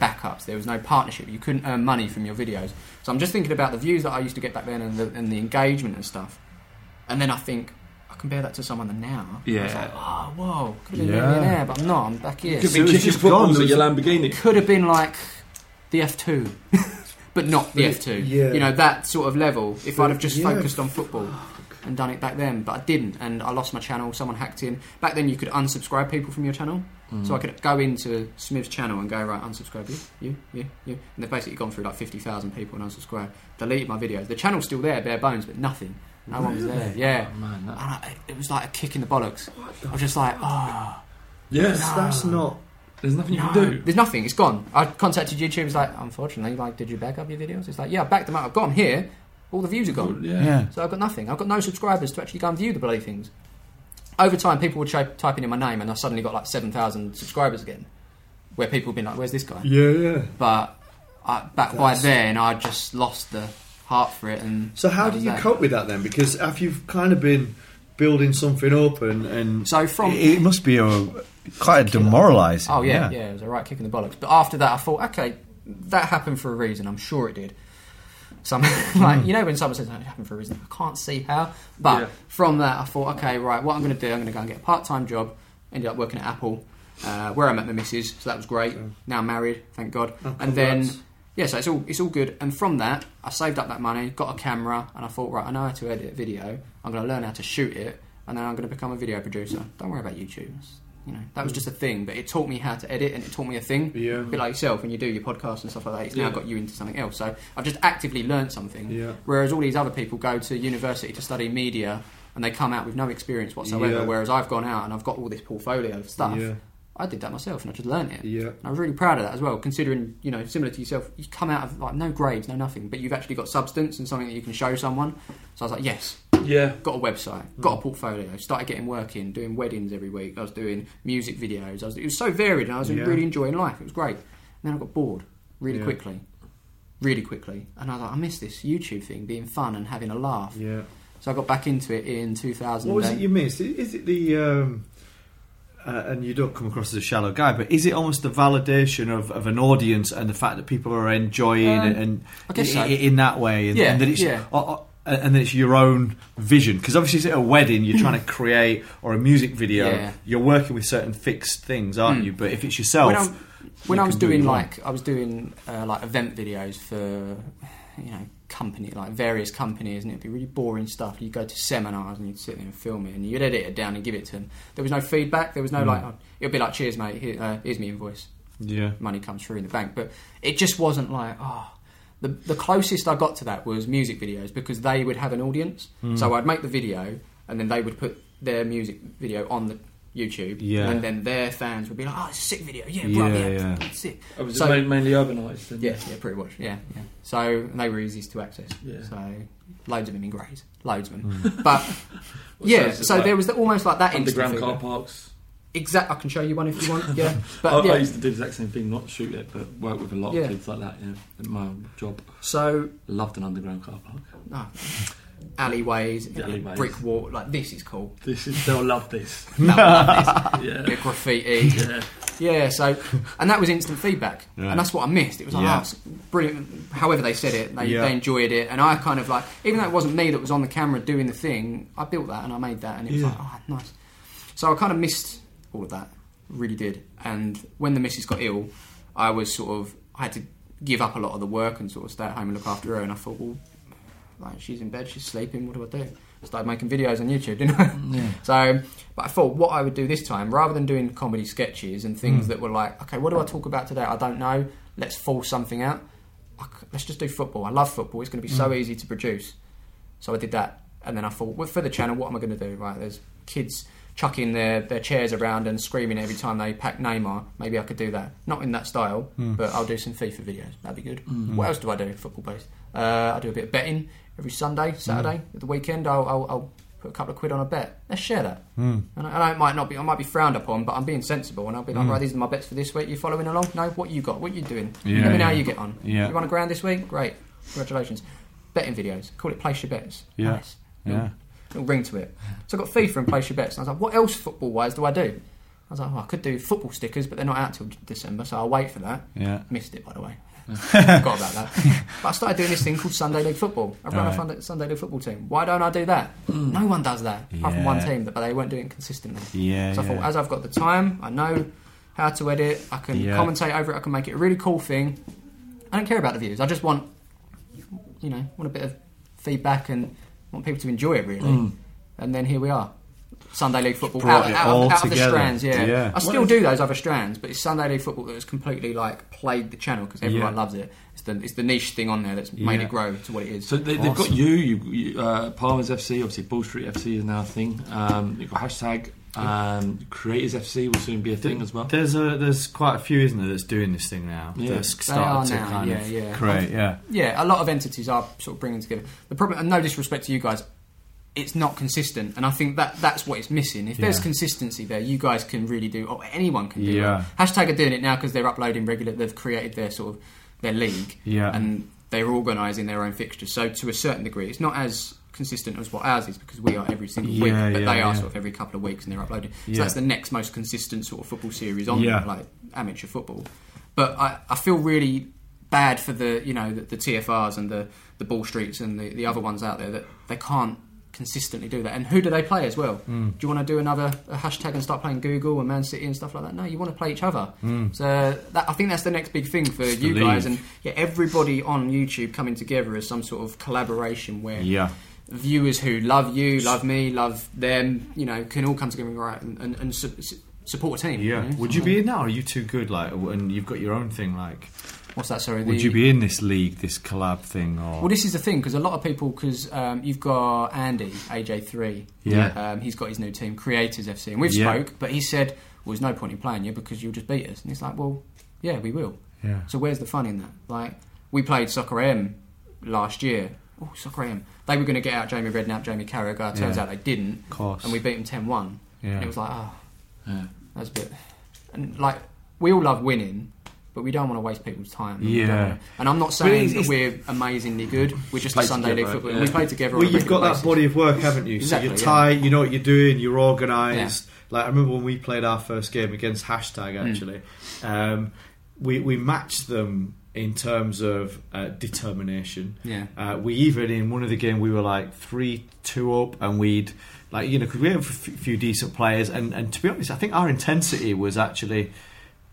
backups. There was no partnership. You couldn't earn money from your videos. So I'm just thinking about the views that I used to get back then and the, and the engagement and stuff. And then I think I compare that to someone now. It's like, oh, whoa, could have been Yeah. a millionaire, but I'm not. I'm back here. You could be kicking footballs at your Lamborghini. Could have been like the F2. But not the Yeah. F2. Yeah. You know, that sort of level. If I'd have just Yeah. focused on football and done it back then, but I didn't, and I lost my channel. Someone hacked in. Back then, you could unsubscribe people from your channel, so I Mm. could go into Smith's channel and go right, unsubscribe you, you, you, you, and they've basically gone through like fifty thousand people and unsubscribed, deleted my videos. The channel's still there, bare bones, but nothing. No one was there. Really? Yeah, Oh, man, that- And I, it was like a kick in the bollocks. I was just like, oh. Yes, no. that's not- there's nothing you can No, do. There's nothing. It's gone. I contacted YouTube. It's like, unfortunately, like, did you back up your videos? It's like, yeah, I backed them up. I've got 'em here. All the views are gone. Yeah. Yeah. So I've got nothing. I've got no subscribers to actually go and view the bloody things. Over time, people would try, type in my name, and I suddenly got like seven thousand subscribers again. Where people have been like, "Where's this guy?" Yeah, yeah. But I, back by That's- then, I just lost the heart for it. And So how that do was you that. cope with that then? Because after you've kind of been building something up and, and so from it, it must be a quite demoralising. Oh yeah, yeah, it was a right kick in the bollocks. But after that, I thought, okay, that happened for a reason. I'm sure it did. Some like you know when someone says "Oh, it happened for a reason, I can't see how. But Hmm. Yeah. from that, I thought, okay, right, what I'm going to do, I'm going to go and get a part-time job. Ended up working at Apple, uh, where I met my missus, so that was great. Now I'm married, thank God. Hmm. Oh, and then congrats. yeah, so it's all it's all good. And from that, I saved up that money, got a camera, and I thought, right, I know how to edit a video. I'm going to learn how to shoot it, and then I'm going to become a video producer. Don't worry about YouTube. It's- You know, that was just a thing, but it taught me how to edit, and it taught me a thing. Yeah. A bit like yourself when you do your podcast and stuff like that. It's now Yeah. got you into something else. So I've just actively learned something. Yeah. Whereas all these other people go to university to study media, and they come out with no experience whatsoever. Yeah. Whereas I've gone out and I've got all this portfolio of stuff. Yeah. I did that myself, and I just learned it. Yeah. And I was really proud of that as well, considering, you know, similar to yourself, you come out of like no grades, no nothing, but you've actually got substance and something that you can show someone. So I was like, yes. Yeah. Got a website, Mm. got a portfolio, started getting work in, doing weddings every week. I was doing music videos. I was, it was so varied and I was Yeah. really enjoying life. It was great. And then I got bored really Yeah. quickly. Really quickly. And I was like, I miss this YouTube thing, being fun and having a laugh. Yeah. So I got back into it in 2000. What was it you missed? I- Is it the um, uh, and you don't come across as a shallow guy, but is it almost the validation of, of an audience and the fact that people are enjoying Um, it and I guess so. i- i- in that way, and, Yeah, and that it's yeah. or- or- and that it's your own vision because obviously it's at a wedding you're trying to create or a music video Yeah. you're working with certain fixed things aren't Mm. you but if it's yourself When, I'm- when you I was can do what doing you want. like I was doing uh, like event videos for you know company like various companies, and it'd be really boring stuff. You'd go to seminars and you'd sit there and film it, and you'd edit it down and give it to them. There was no feedback. There was no Mm. like oh, it'd be like cheers, mate. Here, uh, here's my invoice. Yeah. money comes through in the bank, but it just wasn't like oh. The, the closest I got to that was music videos because they would have an audience. Mm. So I'd make the video and then they would put their music video on the YouTube. Yeah. And then their fans would be like, oh, it's a sick video. Yeah, Yeah, yeah, yeah, yeah. fucking sick. Oh, was it main- mainly urbanised then? Yeah, yeah, pretty much. Yeah, yeah. So and they were easiest to access. Yeah. So loads of them in greys, loads of them. Mm. But Well, yeah, so so, it's like there was the, almost like that instant underground car feedback. parks. Exact. I can show you one if you want. Yeah. I, But Oh, I Uh, yeah. used to do the exact same thing, not shoot it, but work with a lot Yeah. of kids like that yeah, in my job. So loved an underground car park. Oh, alleyways, The alleyways. brick wall. Like this is cool. This is they'll love this. They'll love this. Yeah. Bit of graffiti. Yeah. Yeah, So, and that was instant feedback, Yeah. and that's what I missed. It was like, Yeah. oh, it's brilliant. However they said it, they, Yeah. they enjoyed it, and I kind of like, even though it wasn't me that was on the camera doing the thing, I built that and I made that, and it was Yeah. like, oh, nice. So I kind of missed all of that. really did. And when the missus got ill, I was sort of I had to give up a lot of the work and sort of stay at home and look after her. And I thought, well, like she's in bed, she's sleeping. What do I do? I started making videos on YouTube, didn't I? Yeah. So, but I thought what I would do this time, rather than doing comedy sketches and things Mm. that were like, okay, what do I talk about today? I don't know. Let's force something out. I c- Let's just do football. I love football. It's going to be so Mm. easy to produce. So I did that, and then I thought, well, for the channel, what am I going to do? Right, there's kids chucking their, their chairs around and screaming every time they pack Neymar. Maybe I could do that. Not in that style, Hmm. Mm. but I'll do some FIFA videos. That'd be good. Mm. What else do I do football based? Uh, I do a bit of betting every Hmm. Sunday, Saturday, at the weekend. I'll, I'll, I'll put a couple of quid on a bet. Let's share that. Hmm. And I, and I might not be, I might be frowned upon, but I'm being sensible, and I'll be like, Mm. right, these are my bets for this week. You following along? No, what you got? What you doing? Yeah, Let me know how yeah. you get on. Yeah. You won a grand this week? Great, congratulations. Betting videos, call it place your bets. Yeah. Nice. Yeah. Little- Little ring to it. So I got FIFA and place your bets, and I was like, what else football wise do I do? I was like, oh, I could do football stickers, but they're not out till December, so I'll wait for that. Yeah. Missed it, by the way. Forgot about that. But I started doing this thing called Sunday League Football. I run a Right. Sunday, Sunday League Football team. Why don't I do that? Mm. No one does that, apart from one Yeah. team, but they weren't doing it consistently. Yeah, So I yeah. thought, as I've got the time, I know how to edit, I can Yeah. commentate over it, I can make it a really cool thing. I don't care about the views. I just want, you know, want a bit of feedback and want people to enjoy it, really. Mm. And then here we are. Sunday League football Brought out, it out of- all out of the together. strands, yeah. Yeah. I still What do those other strands, but it's Sunday League football that has completely like played the channel because everyone Yeah. loves it. It's the, it's the niche thing on there that's made Yeah. it grow to what it is. So they, they've got you, you, you uh, Palmer's FC, obviously Bull Street FC is now a thing. Um, you've got hashtag um, Creators FC will soon be a thing as well. There's a there's quite a few, isn't there, that's doing this thing now. Yeah. That's They started they to are now, kind yeah, of yeah. create, yeah. yeah. A lot of entities are sort of bringing together the problem. And no disrespect to you guys, it's not consistent, and I think that that's what it's missing. If there's Yeah. consistency there, you guys can really do, or anyone can do. it. Yeah. Hashtag are doing it now because they're uploading regular. They've created their sort of their league, Yeah. and they're organising their own fixtures. So to a certain degree, it's not as consistent as what ours is because we are every single week, Yeah, but yeah, they are yeah. sort of every couple of weeks and they're uploading. So Yeah. that's the next most consistent sort of football series on Yeah. there, like amateur football. But I, I feel really bad for the you know the, the TFRs and the the Ball Streets and the, the other ones out there that they can't consistently do that. And who do they play as well? Mm. Do you want to do another a hashtag and start playing Google and Man City and stuff like that? No, you want to play each other. Mm. So that, I think that's the next big thing for It's the you guys league. and yeah, everybody on YouTube coming together as some sort of collaboration where Yeah. viewers who love you, love me, love them, you know, can all come together right and, and, and su- su- support a team. you Yeah. know? Would you be in that? Or are you too good? Like, and you've got your own thing. Like, What's that? Sorry. Would the- you be in this league, this collab thing? Or Well, this is the thing because a lot of people because um, you've got Andy AJ3. Yeah. Um, he's got his new team, Creators FC, and we've Yeah. spoke, but he said, "Well, there's no point in playing you because you'll just beat us." And it's like, "Well, yeah, we will." Yeah. So where's the fun in that? Like we played Soccer M last year. Oh, Soccer M. They were going to get out Jamie Redknapp, Jamie Carragher. Turns Yeah. out they didn't. Of course. And we beat them 10-1. Yeah. And it was like, oh, Yeah. that's a bit. And like we all love winning. But we don't want to waste people's time. We Yeah. don't. And I'm not But it's- saying that it's- we're amazingly good. We're just a Play Sunday league together, football. yeah. We play together. Well, on a you've got regular that basis. body of work, haven't you? Exactly, so you're yeah. tight, you know what you're doing, you're organised. Like I remember when we played our first game against Hashtag. Mm. Actually, um, we we matched them in terms of uh, determination. Yeah. Uh, we even in one of the game we were like three two up, and we'd like you know because we have a f- few decent players, and and to be honest, I think our intensity was actually.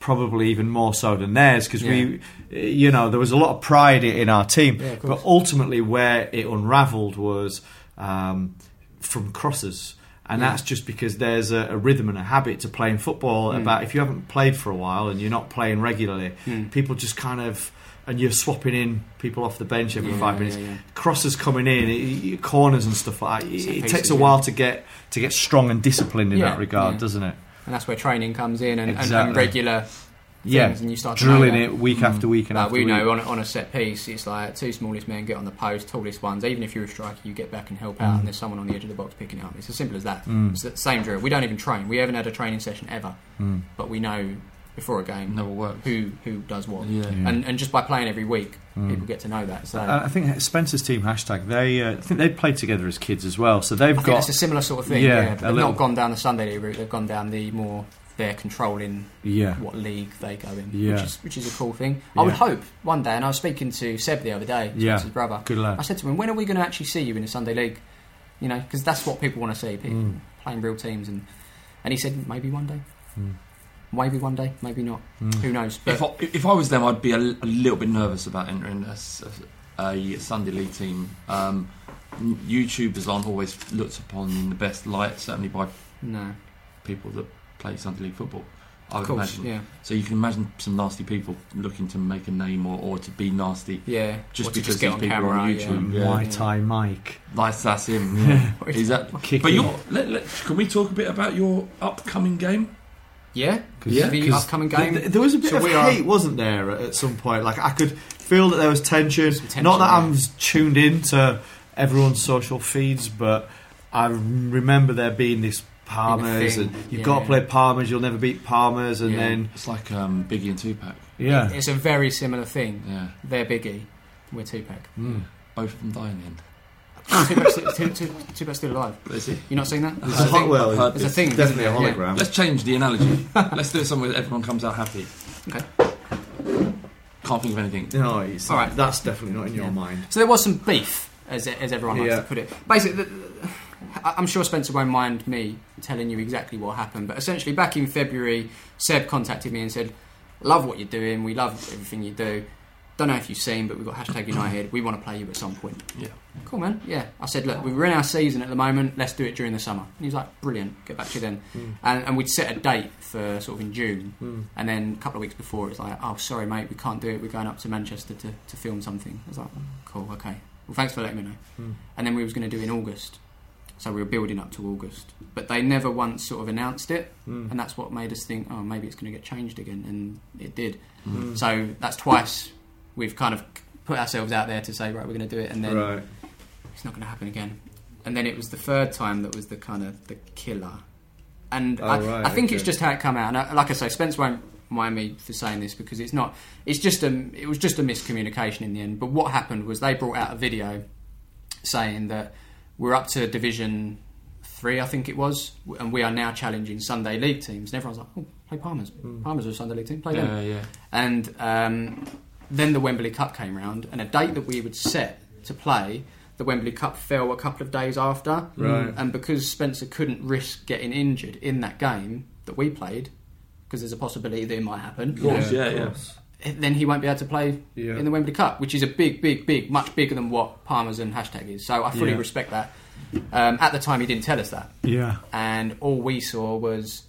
Probably even more so than theirs because we, you know, there was a lot of pride i- in our team. Yeah, of course. but ultimately where it unraveled was um, from crosses and Yeah. that's just because there's a, a rhythm and a habit to playing football Mm. about if you haven't played for a while and you're not playing regularly Hmm. people just kind of and you're swapping in people off the bench every Yeah, five yeah, minutes yeah. crosses coming in i- i- corners and stuff like that it, Set it pieces, takes a yeah. while to get to get strong and disciplined in Yeah, that regard yeah. doesn't it and that's where training comes in and, and, Exactly. and regular things Yeah, and you start to drilling know that. it week Mm. after week and like after we know week. on a, on a set piece it's like two smallest men get on the post tallest ones even if you're a striker you get back and help out Mm. and there's someone on the edge of the box picking it up it's as simple as that Mm. it's the same drill we don't even train we haven't had a training session ever Mm. but we know before a game who who does what Yeah. Yeah. And, and just by playing every week Mm. people get to know that so Uh, I I think Spencer's team hashtag they uh, I think they played together as kids as well, so they've I got think it's a similar sort of thing. Yeah, but they've not gone down the Sunday league route. They've gone down the more they're controlling Yeah. what league they go in, Yeah. which is which is a cool thing. I would Yeah. hope one day. And I was speaking to Seb the other day, Yeah. his brother. Good lad. I said to him, "When are we going to actually see you in a Sunday league? You know, because that's what people want to see, people Mm. playing real teams." And and he said, "Maybe one day." Mm. Maybe one day, maybe not. Who knows? If I, if I was them, I'd be a, l- a little bit nervous about entering a, s- a Sunday League team. Um, n- YouTubers aren't always looked upon in the best light, certainly by No. people that play Sunday League football. I Of would course, imagine. yeah. So you can imagine some nasty people looking to make a name or, or to be nasty. Yeah, Just or to because just get these on people are on camera, yeah. YouTube. Muay Thai Mike. That's, that's him. Yeah. Or Is that? kicking. But your, let, let, can we talk a bit about your upcoming game? Yeah, Yeah. the upcoming game. Th- th- there was a bit So of we are- hate, wasn't there, at at some point? Like I could feel that there was tension. Not that yeah. I'm s- tuned into everyone's social feeds, but I remember there being this Palmers, thing, and you've yeah. got to play Palmers. You'll never beat Palmers, and Yeah. then it's like um, Biggie and Tupac. Yeah, It's a very similar thing. Yeah. They're Biggie, we're Tupac. Mm. Both of them die in the end. Tupac's, Tup- Tup- Tupac's still alive. Is he? You not seen that? There's I a think- hot well, There's a it's thing. definitely isn't there? a hologram. Let's change the analogy. Let's do it somewhere that everyone comes out happy. Okay. Can't think of anything. No, it's All right. That's definitely not in your mind. So there was some beef, as, as everyone likes Yeah. to put it. Basically, the, I- I'm sure Spencer won't mind me telling you exactly what happened, but essentially, back in February, Seb contacted me and said, "Love what you're doing. We love everything you do. Don't know if you've seen, but we've got hashtag United. We want to play you at some point." Yeah. Cool, man. Yeah. I said, look, we're in our season at the moment. Let's do it during the summer. And he's like, brilliant. Get back to you then. Mm. And, and we'd set a date for sort of in June. Mm. And then a couple of weeks before, it's like, oh, sorry, mate, we can't do it. We're going up to Manchester to, to film something. I was like, cool, okay. Well, thanks for letting me know. Mm. And then we was going to do it in August. So we were building up to August. But they never once sort of announced it. Mm. And that's what made us think, oh, maybe it's going to get changed again. And it did. Mm. So that's twice we've kind of put ourselves out there to say, right, we're going to do it. And then Right. it's not going to happen again. And then it was the third time that was the kind of the killer. And Oh, I, right, I think it's okay. just how it come out. And I, like I say, Spence won't mind me for saying this because it's not. It's just a. It was just a miscommunication in the end. But what happened was they brought out a video saying that we're up to division three, I think it was, and we are now challenging Sunday league teams. And everyone's like, oh, play Palmer's. Hmm. Palmer's are a Sunday league team. Play Yeah, them. yeah. And um, then the Wembley Cup came round, and a date that we would set to play, the Wembley Cup fell a couple of days after. Right. And because Spencer couldn't risk getting injured in that game that we played, because there's a possibility that it might happen. Of course, Yeah, yeah, of yeah. course. Then he won't be able to play Yeah. in the Wembley Cup, which is a big, big, big, much bigger than what Palmer's and hashtag is. So I fully Yeah. respect that. Um, at the time, he didn't tell us that Yeah. and all we saw was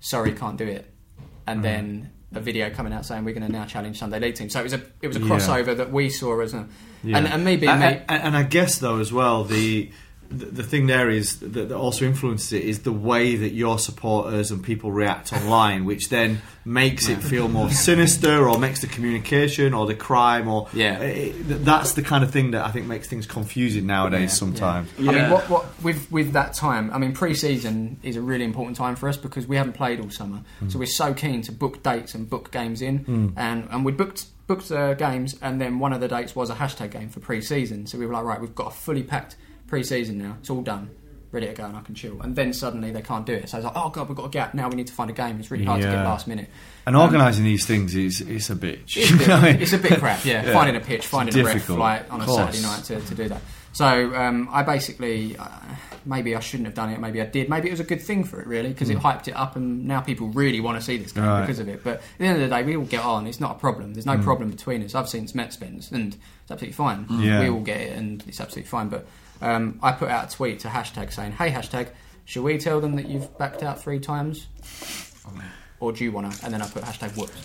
sorry can't do it Mm-hmm. and then a video coming out saying we're going to now challenge Sunday League team so it was a it was a Yeah. crossover that we saw as a Yeah. and, and me being and, me and- and I guess though as well the the, the thing there is that, that also influences it is the way that your supporters and people react online, which then makes it feel more sinister or makes the communication or the crime or Yeah. Eh, th- that's the kind of thing that I think makes things confusing nowadays. sometimes, I mean, what, what with with that time? I mean, pre-season is a really important time for us because we haven't played all summer, Mm. so we're so keen to book dates and book games in, Mm. and and we booked booked uh, games, and then one of the dates was a hashtag game for pre-season. So we were like, right, we've got a fully packed pre-season now. It's all done, ready to go, and I can chill. And then suddenly they can't do it. So it's like, oh god, we've got a gap. Now we need to find a game. It's really hard to get Yeah. last minute. and organising these things is it's a bitch. It's a You know what I bit, mean? it's a bit crap, yeah. Yeah. Finding a pitch, It's finding difficult. a ref, like on a Of course. Saturday night to, to do that. So um, I basically, uh, maybe I shouldn't have done it. Maybe I did. Maybe it was a good thing for it, really, because it Hmm. Mm. hyped it up, and now people really want to see this game Right. because of it. But at the end of the day, we all get on. It's not a problem. There's Hmm. no Mm. problem between us. I've since met Spence, and it's absolutely fine. Mm. Yeah. We all get it, and it's absolutely fine. But um, I put out a tweet to hashtag saying, "Hey hashtag, shall we tell them that you've backed out three times?" or do you want to? And then I put hashtag whoops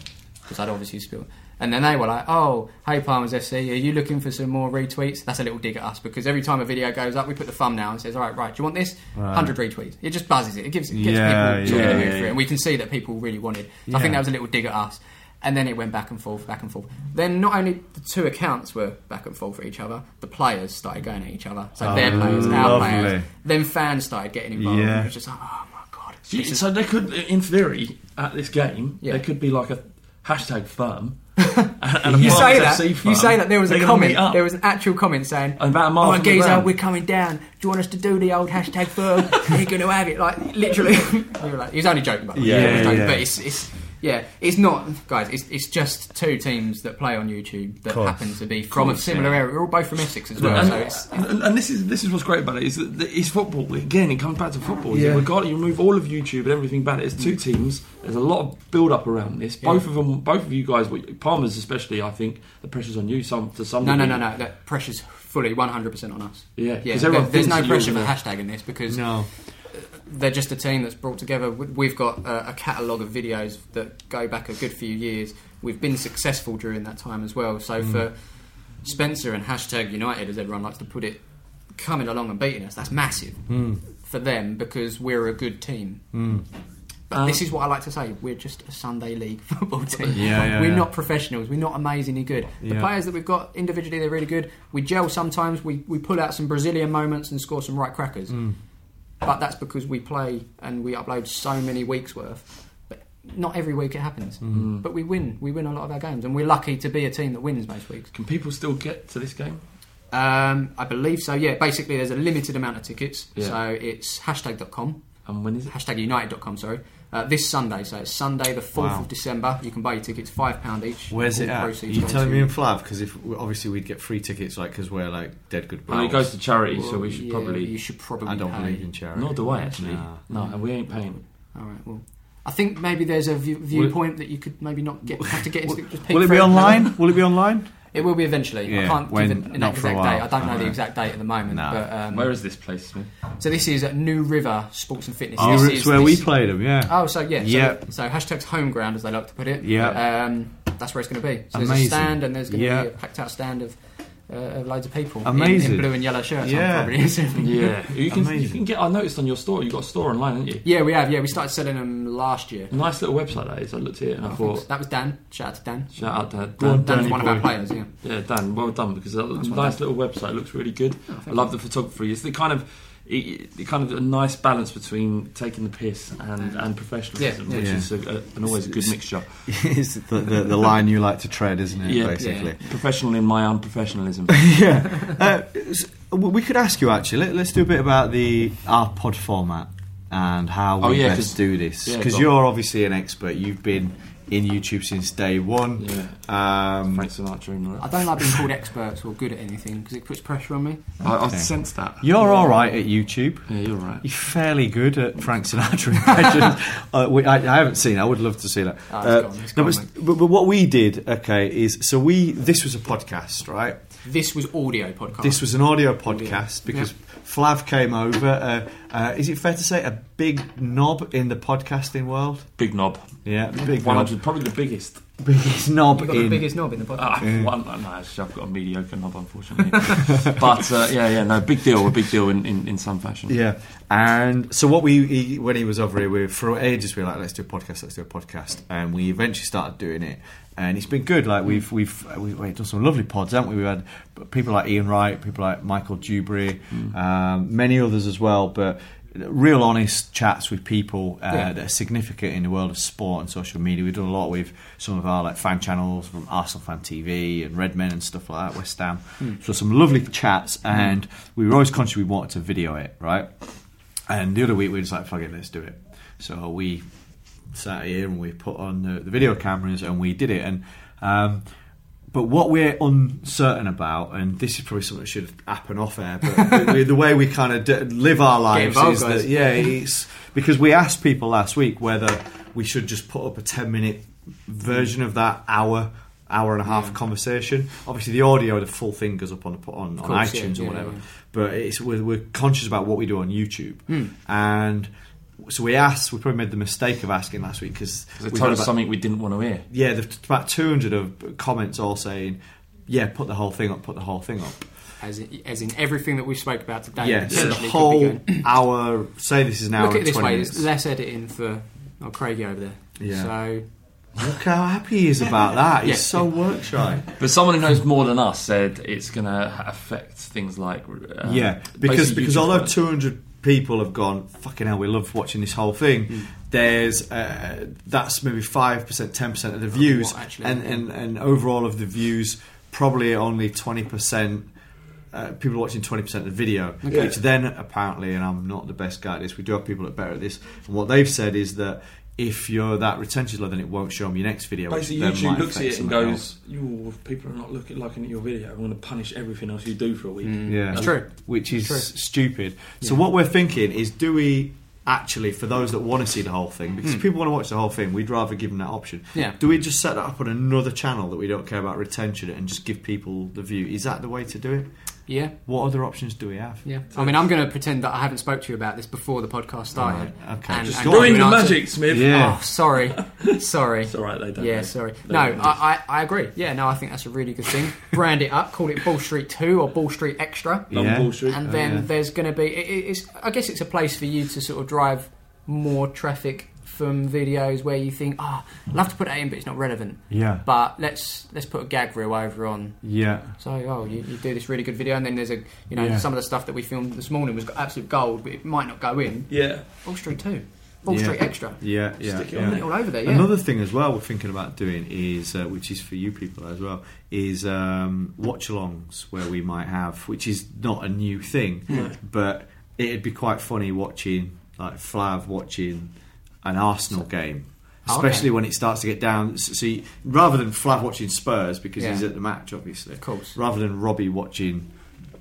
because I'd obviously spilled. And then they were like, oh, hey Palmer's FC, are you looking for some more retweets? That's a little dig at us because every time a video goes up, we put the thumbnail and says, all right, right, do you want this? Right. 100 retweets. It just buzzes it. It gives, it gets Yeah, people sort of yeah, moved yeah, through it. yeah. And we can see that people really wanted. So I think Yeah. that was a little dig at us. And then it went back and forth, back and forth. Then not only the two accounts were back and forth for each other, the players started going at each other. So Oh, their players, our lovely. players. Then fans started getting involved. and Yeah. It was just like, oh my god. So, you- so they could, in theory, at this game, there could be like a hashtag firm. and, and a you say that. Barnes FC You firm. say that. There was They're a gonna meet comment. up. There was an actual comment saying, about a mile "Oh, from the geezer, ground." we're coming down. Do you want us to do the old hashtag firm? Are you going to have it?" Like literally, we were like, he was only joking, by the way. Yeah, He was joking, yeah. But it's, it's Yeah, it's not, guys. It's, it's just two teams that play on YouTube that Course. happen to be from Course, a similar yeah. area. We're all both from Essex as well, And, so it's and- and this is this is what's great about it is that that it's football again. It comes back to football. Yeah. Mm. Yeah. Regardless, you remove all of YouTube and everything about it. It's two teams. There's a lot of build up around this. Both Yeah. of them, both of you guys, what- Palmer's especially. I think the pressure's on you. Some to some. no, no, degree. no, no. That pressure's fully one hundred percent on us. Yeah, yeah. 'cause everyone there- there's thinks no you're pressure for the- hashtag in this because No. they're just a team that's brought together. We- We've got a, a catalogue of videos that go back a good few years. We've been successful during that time as well. So Mm. for Spencer and hashtag United, as everyone likes to put it, coming along and beating us, that's massive Mm. for them because we're a good team. Mm. But Um, this is what I like to say: we're just a Sunday league football team. Yeah, yeah, we're yeah. not professionals. We're not amazingly good. The Yeah. players that we've got individually, they're really good. We gel sometimes. We we pull out some Brazilian moments and score some right crackers. Mm. But that's because we play and we upload so many weeks worth. But not every week it happens. Mm. But we win. We win a lot of our games, and we're lucky to be a team that wins most weeks. Can people still get to this game? Um, I believe so. Yeah. Basically, there's a limited amount of tickets, Yeah. so it's hashtag.com. And when is it? Hashtag United.com. Sorry. Uh, this Sunday, so it's Sunday the fourth Wow. of December. You can buy your tickets, five pound each. Where's All it at? Are proceeds you go telling to- me in Flav? Because if obviously we'd get free tickets, like because we're like dead good. Well, it pals. goes to charity, so we should probably. you should probably I don't pay. believe in charity. Nor do I actually. Nah. No, and we ain't paying. All right. Well, I think maybe there's a view, viewpoint that you could maybe not get have to get into. just pick Will it be through. online? Will it be online? It will be eventually. I Yeah, can't when- give an, an not for a exact while. date. I don't know the Alright. exact date at the moment. Nah. But, um, Where is this place, Smith? So this is at New River Sports and Fitness. Oh, This it's is- where this- we played 'em, yeah. Oh, so yeah. so- Yeah. So, hashtags home ground, as they like to put it. Yeah. Um, that's where it's going to be. So there's a Amazing. stand, and there's going to Yeah. be a packed out stand of, uh, of loads of people. in- Amazing. In, blue and yellow shirts. I'm Yeah. probably assuming. Yeah, you can you can get. I noticed on your store, you have got a store online, haven't you? Yeah, we have. Yeah, we started selling them last year. Nice little website that is. I looked at it and I thought, that was Dan. Shout out to Dan. Shout out to Dan. Dan, Dan's Danny one of our boy. players. Yeah. Yeah, Uh, Dan, well done because that looks That's nice one, little website. It looks really good. I Oh, thank love the photography. It's the kind of it, it kind of a nice balance between taking the piss and, and professionalism, Yeah, yeah. which Yeah. is a, a, an always a good mixture. it's the, the, the line you like to tread, isn't it? Yeah, basically. yeah. professional in my unprofessionalism. yeah. Uh, s- w- we could ask you actually. Let, us do a bit about the our pod format and how we Oh, yeah, 'cause- best do this yeah, because go on. you're obviously an expert. You've been in YouTube since day one. Um, Frank Sinatra in I don't like being called experts or good at anything because it puts pressure on me. I, I sense that You're all right at YouTube. Yeah, you're right. You're fairly good at Frank Sinatra impressions. uh, we, I, I haven't seen. it. I would love to see that. Ah, it's Uh, gone, it's no, gone, but, s- but, but what we did, okay, is so we this was a podcast, right? This was audio podcast. This was an audio podcast because Flav came over. Uh, uh, is it fair to say a big knob in the podcasting world? Big knob. Yeah, big one knob. hundred, probably the biggest. Biggest knob You've got in. the biggest knob in the podcast. Ah, one, no, actually, I've got a mediocre knob, unfortunately. but uh, yeah, yeah, no, big deal, a big deal in, in, in some fashion. Yeah, and so what we he, when he was over here, we for ages we were like, let's do a podcast, let's do a podcast, and we eventually started doing it, and it's been good. Like we've we've uh, we've, we've done some lovely pods, haven't we? We've had people like Ian Wright, people like Michael Dubry, um, many others as well, but. Real honest chats with people uh, Yeah. that are significant in the world of sport and social media. We've done a lot with some of our like fan channels from Arsenal Fan TV and Red Men and stuff like that, West Ham. Hmm. So some lovely chats, and we were always conscious we wanted to video it, right? And the other week we were just like, fuck it, let's do it. So we sat here and we put on the, the video cameras and we did it. And um, but what we're uncertain about, and this is probably something that should happen off air, but we, the way we kind of d- live our lives involved, is guys. that yeah, it's because we asked people last week whether we should just put up a ten minute version of that hour. Hour and a half conversation. Obviously, the audio, the full thing goes up on on, Of on course, yeah, iTunes yeah, or whatever. yeah. But it's we're, we're conscious about what we do on YouTube, Hmm. and so we asked. We probably made the mistake of asking last week because They told us something we didn't want to hear. Yeah, there's about 200 of comments all saying, "Yeah, put the whole thing up. Put the whole thing up." As in, as in everything that we spoke about today. yeah, so the essentially could be whole going- hour. Say this is an hour. Look at and it this 20 way: minutes. there's less editing for oh, Craigie over there. Yeah. So Look how happy he is about that. He's Yeah. so work shy. But someone who knows more than us said it's going to affect things like uh, yeah, because basically because YouTube although comments. 200 people have gone, fucking hell, we love watching this whole thing. Mm. There's uh, that's maybe five percent, ten percent of the views, Well, actually, and, yeah. and and overall of the views, probably only twenty percent. Uh, people watching 20% of the video, Okay. which then apparently, and I'm not the best guy at this, we do have people that are better at this. And what they've said is that if you're that retention low, then it won't show them your next video. which Basically, then YouTube might looks at it affect and something goes, "You if people are not looking liking at your video. I'm going to punish everything else you do for a week." Yeah, That's Which is True. stupid. So Yeah. what we're thinking is, do we actually, for those that want to see the whole thing, because Hmm. people want to watch the whole thing, we'd rather give them that option. Yeah. Do we just set that up on another channel that we don't care about retention and just give people the view? Is that the way to do it? Yeah. What other options do we have? Yeah. I mean, I'm going to pretend that I haven't spoke to you about this before the podcast started. All right, okay. And, Just and go give on. you an Ruin the answer. magic, Smith. Yeah. Oh, sorry. Sorry. it's all right. They don't. yeah, know. sorry. They No, I, don't know. I, I agree. Yeah, no, I think that's a really good thing. Brand it up, call it Ball Street 2 or Ball Street Extra. Love Yeah. Ball Street. And Oh, then yeah. there's going to be, it, it- it's, I guess it's a place for you to sort of drive more traffic from videos where you think, oh, I'd love to put that in, but it's not relevant. Yeah. But let's let's put a gag reel over on. Yeah. So, oh, you, you do this really good video, and then there's a, you know, Yeah. some of the stuff that we filmed this morning was absolute gold, but it might not go in. Yeah. Ball Street 2. Ball Yeah. Street Extra. Yeah, yeah. Stick it yeah. on it all over there, yeah. Another thing as well we're thinking about doing is, uh, which is for you people as well, is um, watch-alongs where we might have, which is not a new thing, No. but it'd be quite funny watching like Flav watching an Arsenal game. Okay. Especially when it starts to get down. s- So you, rather than Flav watching Spurs because Yeah. he's at the match, obviously. Of course. Rather than Robbie watching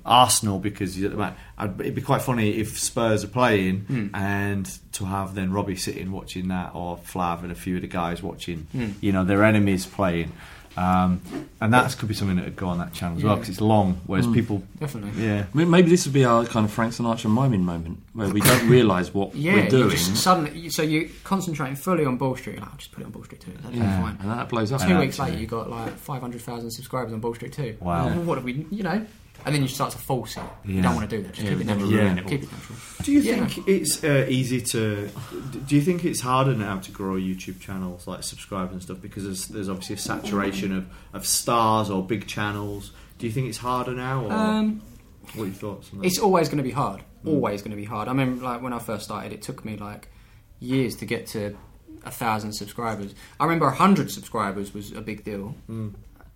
Arsenal because he's at the match. I'd, it'd be quite funny if Spurs are playing Hmm. and to have then Robbie sitting watching that or Flav and a few of the guys watching, Hmm. you know, their enemies playing. Um, and that could be something that would go on that channel as well Yeah. because it's long, whereas Mm. people. Hmm. Definitely. Yeah. May- Maybe this would be our kind of Frank Sinatra miming moment where we don't realise what Yeah, we're doing. You just suddenly, you- so you're concentrating fully on Ball Street. You're like, I'll just put it on Ball Street too. That'll Yeah, be fine. and that blows up. Two Um, Yeah, weeks later, actually. you got like 500,000 subscribers on Ball Street too. Wow. Well, what have we? You know. And then you start to force it. You Yeah. don't want to do that. Just Yeah, keep it never natural. ruin it all. Keep it natural. Do you Yeah. think it's uh, easy to? Do you think it's harder now to grow YouTube channels like subscribe and stuff because there's, there's obviously a saturation of, of stars or big channels? Do you think it's harder now? Or Um, what are your thoughts on that? It's always going to be hard. Always going to be hard. I mean, like when I first started, it took me like years to get to a thousand subscribers. I remember a hundred subscribers was a big deal, Mm.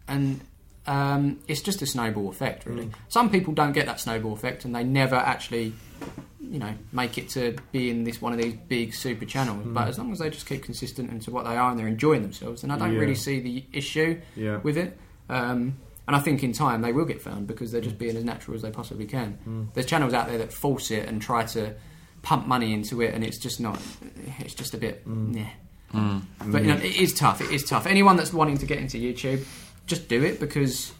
and um, it's just a snowball effect, Mm. really. Some people don't get that snowball effect, and they never actually, you know, make it to be in this one of these big super channels. Mm. But as long as they just keep consistent into what they are and they're enjoying themselves, then I don't Yeah. really see the issue Yeah. with it. Um, and I think in time they will get found because they're Hmm. just being as natural as they possibly can. Mm. There's channels out there that force it and try to pump money into it, and it's just not. It's just a bit. Mm. Yeah. Mm. But you know, it is tough. It is tough. Anyone that's wanting to get into YouTube, just do it because,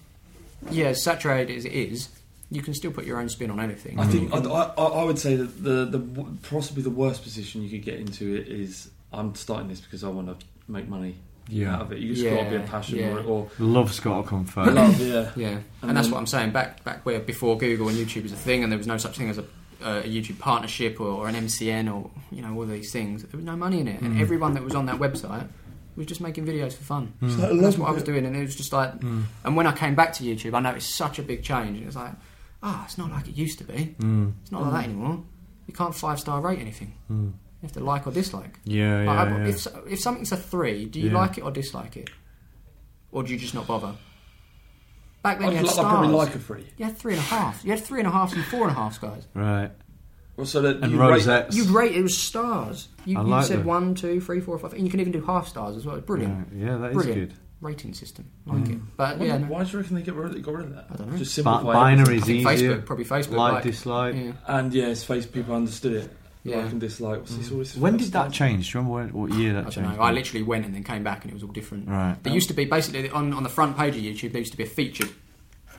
yeah, as saturated as it is, you can still put your own spin on anything. I think I, I, I would say that the, the w- possibly the worst position you could get into it is I'm starting this because I want to make money Yeah. out of it. You just got to be a Yeah, passion yeah. or, or Love's got to come first. Love, yeah, yeah, and, then- that's what I'm saying. Back back where before Google and YouTube was a thing, and there was no such thing as a, uh, a YouTube partnership or, or an MCN or you know all these things. There was no money in it, and Mm. everyone that was on that website was just making videos for fun. Mm. So Mm. that's what I was doing, and it was just like. Mm. And when I came back to YouTube, I noticed such a big change, and it's like, ah, it's not like it used to be. Mm. It's not like that anymore. You can't five star rate anything. Mm. You have to like or dislike. Yeah, Like, yeah, I- yeah. If, so- if something's a three, do you Yeah. like it or dislike it, or do you just not bother? Back then, I'd you had li- I'd stars. probably like a three. You had three and a half. You had three and a half and four and a half stars. Right. Well, so that And you rate- rosettes. You'd rate it was stars. You, I you like said them. one, two, three, four, five, and you can even do half stars as well. It's Brilliant. Right, yeah, that is Brilliant. good. Rating system, like Mm. it. But Why- yeah, no. why do you reckon they get rid, got rid of that? I don't know. Just Bi- simplify binary everything. is I think easier. Facebook, probably Facebook, Like, like- dislike. yeah. And yeah, it's face people understood it. Yeah. Like and dislike. What's this, all this When did that change? Do you remember when, what year that I don't changed? know. I literally went and then came back, and it was all different. Right. There used to be basically on, on the front page of YouTube. There used to be a featured.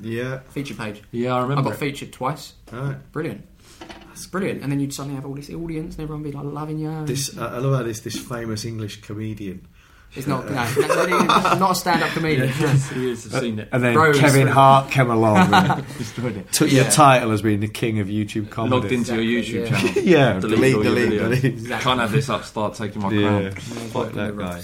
Yeah. Feature page. Yeah, I remember I got it. featured twice. Right. Brilliant. That's brilliant. And then you'd suddenly have all this audience, and everyone would be like loving you. and- This I I love how this this famous English comedian. It's uh, not- no, no, not a stand-up comedian. Yes, he is. I've seen it. And then Rose. Kevin Hart came along Uh, and Destroyed it. took Yeah. your title as being the king of YouTube comedy. Logged into your YouTube channel. yeah, all delete, your delete, videos. delete. Can't have this up. Start taking my Yeah. crown. Fuck that guy.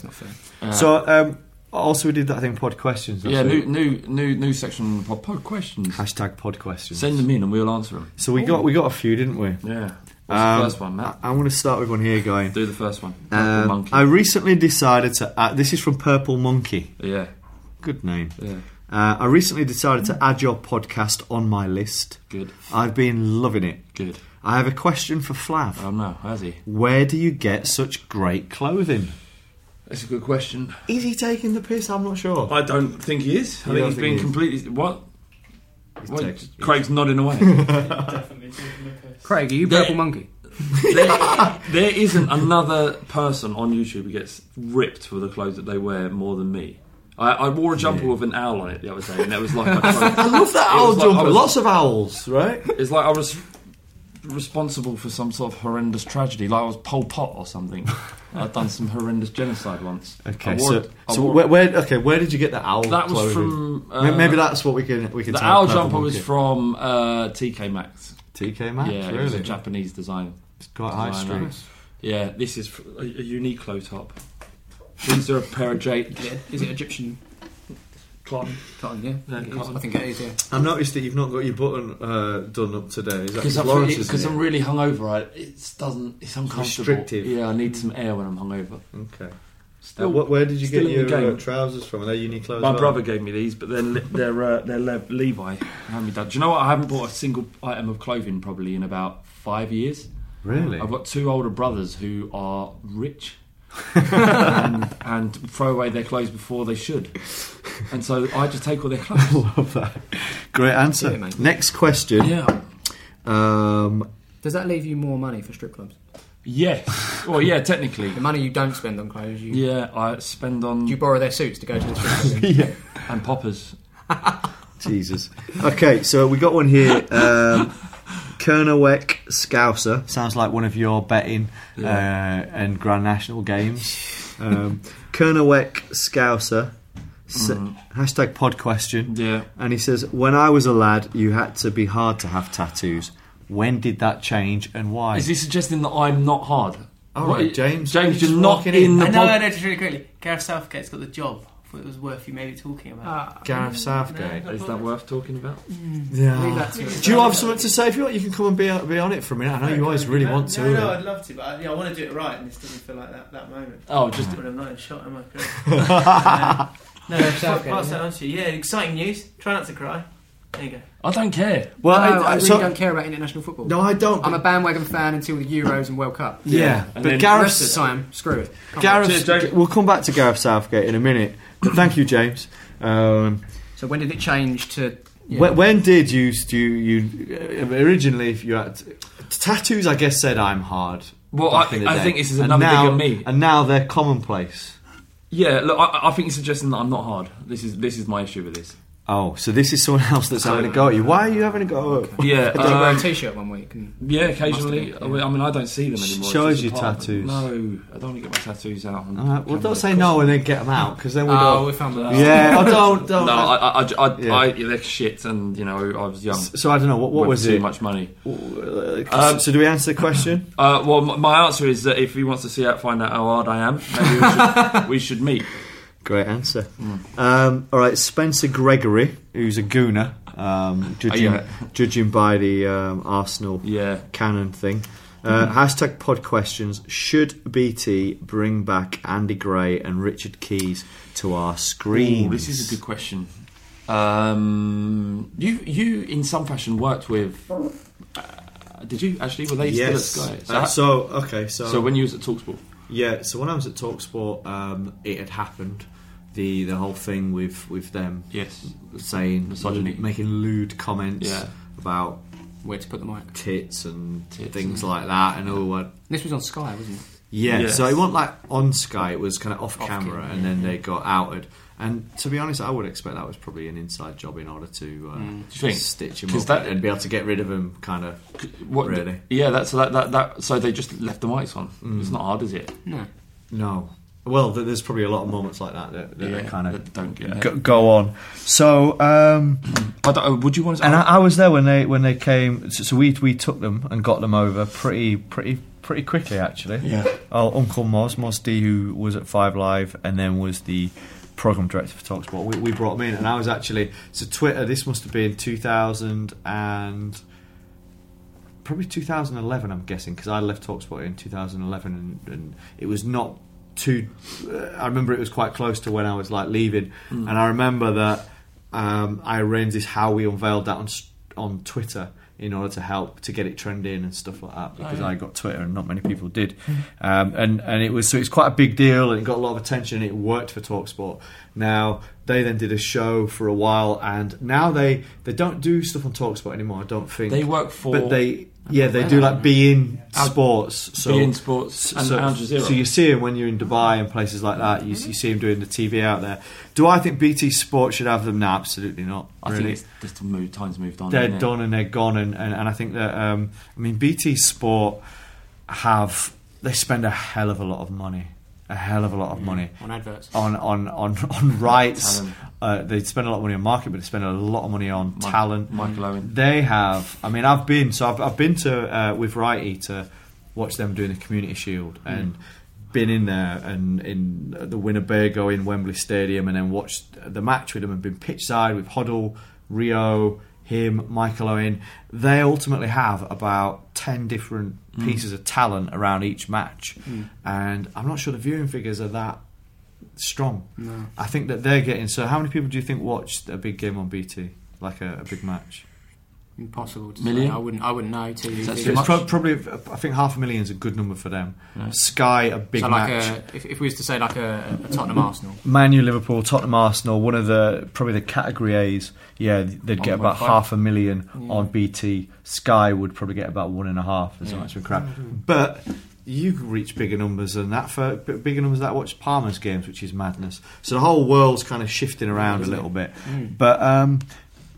Uh, so um, also we did that thing pod questions. that's yeah, it. new, new new new section on the pod, pod questions. Hashtag pod questions. Send them in and we'll answer them. So we got we got a few, didn't we? Yeah. What's Um, the first one, Matt? I, am going to start with one here, guy. Do the first one. Um, Purple monkey. I recently decided to. Uh, this is from Purple Monkey. yeah. Good name. Yeah. Uh, I recently decided to add your podcast on my list. Good. I've been loving it. Good. I have a question for Flav. Oh no, has he? Where do you get such great clothing? That's a good question. Is he taking the piss? I'm not sure. I don't think he is. I You think don't he's think been he is? completely. What? Wait, taking- Craig's nodding away. Craig, are you purple monkey? there, there isn't another person on YouTube who gets ripped for the clothes that they wear more than me. I, I wore a jumper with an owl on it the other day, and that was like my clothes. I love that It owl was like I jumper. was- Lots of owls, right? It's like I was responsible for some sort of horrendous tragedy, like I was Pol Pot or something. I'd done some horrendous genocide once. I Okay, wore so, it- I so wore- where, where? Okay, where did you get the owl? That was clothing? from, May- uh, maybe that's what we can we can. the tell owl Purple jumper was Monkey. from uh, TK Maxx. TK Maxx, yeah, it was really? a Japanese design. It's quite high designer. street. Yeah, this is fr- a, a Uniqlo top. These are a pair of jade. Is it Egyptian cotton? Cotton, yeah. Yeah, It is. cotton. I think it is. Yeah. I noticed that you've not got your button uh, done up today. Is that Because I'm, Lawrence? really, 'cause I'm really hungover. I, it doesn't. It's uncomfortable. restrictive. Yeah, I need some air when I'm hungover. okay. Still- Uh, what, where did you still get in the your uh, game. trousers from? Are they Uniqlo? as My well? brother gave me these, but then they're uh, they're Le- Levi. hand me down. Do you know what? I haven't bought a single item of clothing probably in about five years. Really? I've got two older brothers who are rich and, and throw away their clothes before they should, and so I just take all their clothes. Love that. Great answer. Yeah, mate. Next question. Yeah. Um, Does that leave you more money for strip clubs? Yes. Well, yeah. Technically. The money you don't spend on clothes, you Yeah. I spend on do you borrow their suits to go to the strip club. yeah. and poppers. Jesus. Okay, so we got one here. Um, Kernowek Scouser. Sounds like one of your betting uh, and Grand National games. Um, Kernowek Scouser. S- Hashtag Mm-hmm. pod question. Yeah. And he says, When I was a lad, you had to be hard to have tattoos. When did that change and why? Is he suggesting that I'm not hard? All What- right, James. James, Just you're not walking in, in. the I know, I pod- know, just really quickly. Gareth Southgate's got the job. Thought it was worth you maybe talking Ah, about. Gareth Southgate. Is that worth talking about? Leave that to us. Do you have something to say? If you want, you can come and be, be on it for a minute. I know you always really want to. No, innit? no, I'd love to, but I, yeah, I want to do it right, and this doesn't feel like that, that moment. Oh, just- when I'm not in shot, am I? Great. um, no, that's Gareth Southgate, that, yeah. aren't you? Yeah, exciting news. Try not to cry. There you go. I don't care. Well, no, it- I really uh, so- don't care about international football. No, I don't. I'm a bandwagon fan until the Euros and World Cup. Yeah, And but then- The rest of Gareth, the time, screw it. Can't Gareth, Cheers, James. we'll come back to Gareth Southgate in a minute. But thank you, James. Um, wait. So when did it change to? yeah. when, when did you you, you uh, originally if you had tattoos? I guess said I'm hard. Well, back I- in the I day. think this is And another dig now, at me. and now they're commonplace. Yeah, look, I, I think he's suggesting that I'm not hard. This is this is my issue with this. Oh, so this is someone else that's having a go at you. Why are you having a go? at Yeah, Did you wear um, a t-shirt one week? And yeah. Occasionally, Must I have been, mean- I mean, I don't see them anymore. Show It's just us your a part of them. tattoos. No, I don't want to get my tattoos out. On All right, Uh, well, camera. don't say no and then get them out because then we oh, we don't. found that. Yeah, I don't. No, don't I, I, I, I, Yeah. I, yeah, they're shit, and you know, I was young. so I don't know what what with was too it. much money. Uh, so do we answer the question? Uh, well, m- my answer is that if he wants to see out, find out how hard I am, maybe we should, we should meet. Great answer. Um, all right, Spencer Gregory, who's a gooner, um, judging, Oh, yeah. judging by the um, Arsenal Yeah. Mm-hmm. canon thing. Uh, hashtag pod questions. Should BT bring back Andy Gray and Richard Keys to our screens? Ooh, this is a good question. Um, you, you, in some fashion, worked with. Uh, did you actually? Were they Yes. still at Sky? Uh, how- so okay. So, so when you was at Talksport, Yeah, so when I was at Talksport, um, it had happened. The the whole thing with with them yes, saying Misogyny. making lewd comments Yeah. about Where to put the mic? tits and Tits things and- like that and all that. This was on Sky, wasn't it? Yeah, Yes. so it wasn't like on Sky, it was kind of off, camera, camera, and then they got outed. And to be honest, I would expect that was probably an inside job in order to uh, Mm. think? stitch him 'Cause up that- and be able to get rid of him, kind of. what? Really? Mm. Yeah, that's that, that that. So they just left the mics on. It's not hard, is it? No. No. Well, th- there's probably a lot of moments like that that, that Yeah, kind of that don't get- go, go on. So, um, I don't, uh, would you want to? and I, I was there when they when they came. So so we we took them and got them over pretty pretty pretty quickly actually. Yeah. Our uncle Moz Moz D, who was at Five Live and then was the program director for Talksport. We, we brought him in, and I was actually so Twitter. This must have been two thousand and probably 2011 I'm guessing because I left Talksport in 2011 and, and it was not too uh, I remember it was quite close to when I was like leaving and I remember that um, I arranged this how we unveiled that on s- on Twitter in order to help to get it trending and stuff like that because yeah. I got Twitter and not many people did, um, and and it was so it's quite a big deal and it got a lot of attention. and It worked for Talksport. Now they then did a show for a while and now they they don't do stuff on Talksport anymore. I don't think They work for- but they yeah they I do don't like know. be in Al- sports so Be in sports and so, Al Jazeera. so you see him when you're in Dubai and places like that. You, you see him doing the TV out there. Do I think BT Sport should have them? No, absolutely not. I really. think it's just moved, time's moved on. they're isn't it? done and they're gone. And, and, and I think that um, I mean BT Sport have they spend a hell of a lot of money, a hell of a lot of money on adverts. on on on, on rights. Talent. Uh, they spend a lot of money on market, but they spend a lot of money on Mi- talent. Michael Owen. They have. I mean, I've been so I've, I've been to uh, with Righty to watch them doing the Community Shield Mm. and been in there and in the Winnebago in Wembley Stadium and then watched the match with them and been pitch side with Hoddle, Rio, him, Michael Owen. They ultimately have about ten different Mm. pieces of talent around each match, Mm. and I'm not sure the viewing figures are that strong. No. I think that they're getting. So, how many people do you think watched a big game on BT, like a, a big match? Impossible to Million? say. I wouldn't. I wouldn't know. To So it's pro- probably, I think half a million is a good number for them. Sky, a big so like match. A, if, if we was to say like a, a Tottenham Arsenal, Manu, Liverpool, Tottenham, Arsenal, one of the probably the category A's. Yeah, they'd get On about Wi-Fi. half a million Yeah. on BT. Sky would probably get about one and a half as Yeah. much of crap. But you can reach bigger numbers than that for b- bigger numbers that watch Palmer's games, which is madness. So the whole world's kind of shifting around a Isn't little it? bit. Mm. But um,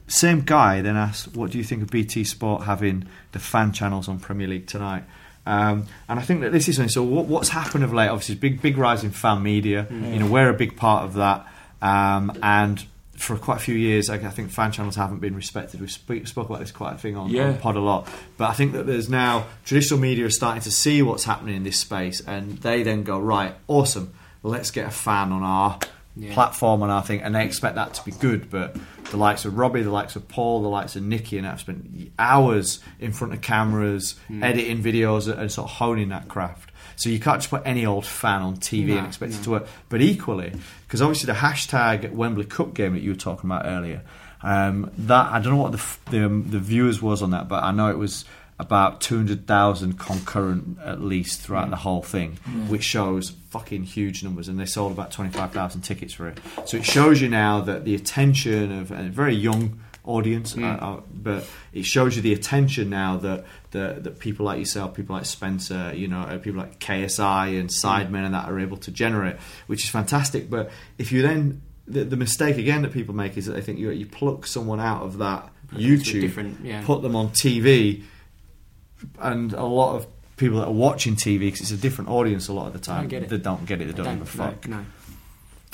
same guy then asked, "What do you think of BT Sport having the fan channels on Premier League tonight?" Um, and I think that this is something. So what, what's happened of late? Obviously, big big rise in fan media. Mm. You know, we're a big part of that. Um, and for quite a few years, I, I think fan channels haven't been respected. We've sp- spoke about this quite a thing on, Yeah. on pod a lot, but I think that there's now traditional media is starting to see what's happening in this space, and they then go right, awesome, let's get a fan on our Yeah. platform on our thing, and they expect that to be good. But the likes of Robbie, the likes of Paul, the likes of Nikki, and I've spent hours in front of cameras, Mm. editing videos, and sort of honing that craft. So you can't just put any old fan on TV No, and expect no. it to work. But equally, because obviously the hashtag Wembley Cup game that you were talking about earlier, um, that I don't know what the f- the, um, the viewers was on that, but I know it was about two hundred thousand concurrent at least throughout the whole thing, Mm. which shows fucking huge numbers, and they sold about twenty five thousand tickets for it. So it shows you now that the attention of a very young audience, Hmm. Mm. uh, uh, but it shows you the attention now that that, that people like yourself, people like Spencer, you know, uh, people like KSI and Hmm. Sidemen and that are able to generate, which is fantastic. But if you then the, the mistake again that people make is that they think you you pluck someone out of that Put them into a YouTube, different- yeah. put them on TV, and a lot of people that are watching TV because it's a different audience a lot of the time. I get it. They don't get it. They don't, give a no, fuck. No,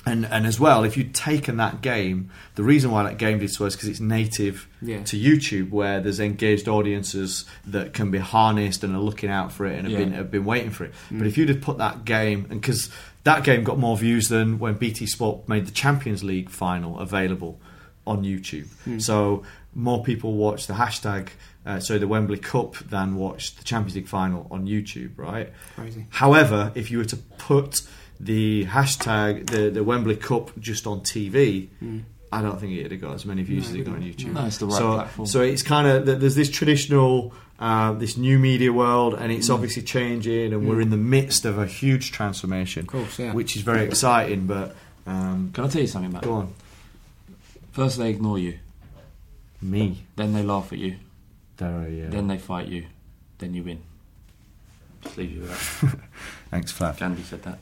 And and as well, if you'd taken that game, the reason why that game did so is because it's native Yeah. to YouTube, where there's engaged audiences that can be harnessed and are looking out for it and have Yeah. been have been waiting for it. Mm. But if you'd have put that game, and because that game got more views than when BT Sport made the Champions League final available on YouTube, Mm. so more people watched the hashtag. Uh, so the Wembley Cup than watched the Champions League final on YouTube, right? Crazy. However, if you were to put the hashtag the, the Wembley Cup just on TV, Mm. I don't think it'd have got as many views No, as it got on wouldn't. YouTube. No, it's the right so, platform. So it's kind of there's this traditional, uh, this new media world, and it's Mm. obviously changing, and we're Mm. in the midst of a huge transformation, course, yeah. which is very exciting. But um, Can I tell you something, Matt? Go on, First they ignore you. Me. Then they laugh at you. yeah. Then they fight you. Then you win. Just leave you with that. thanks, Flav. Gandhi said that.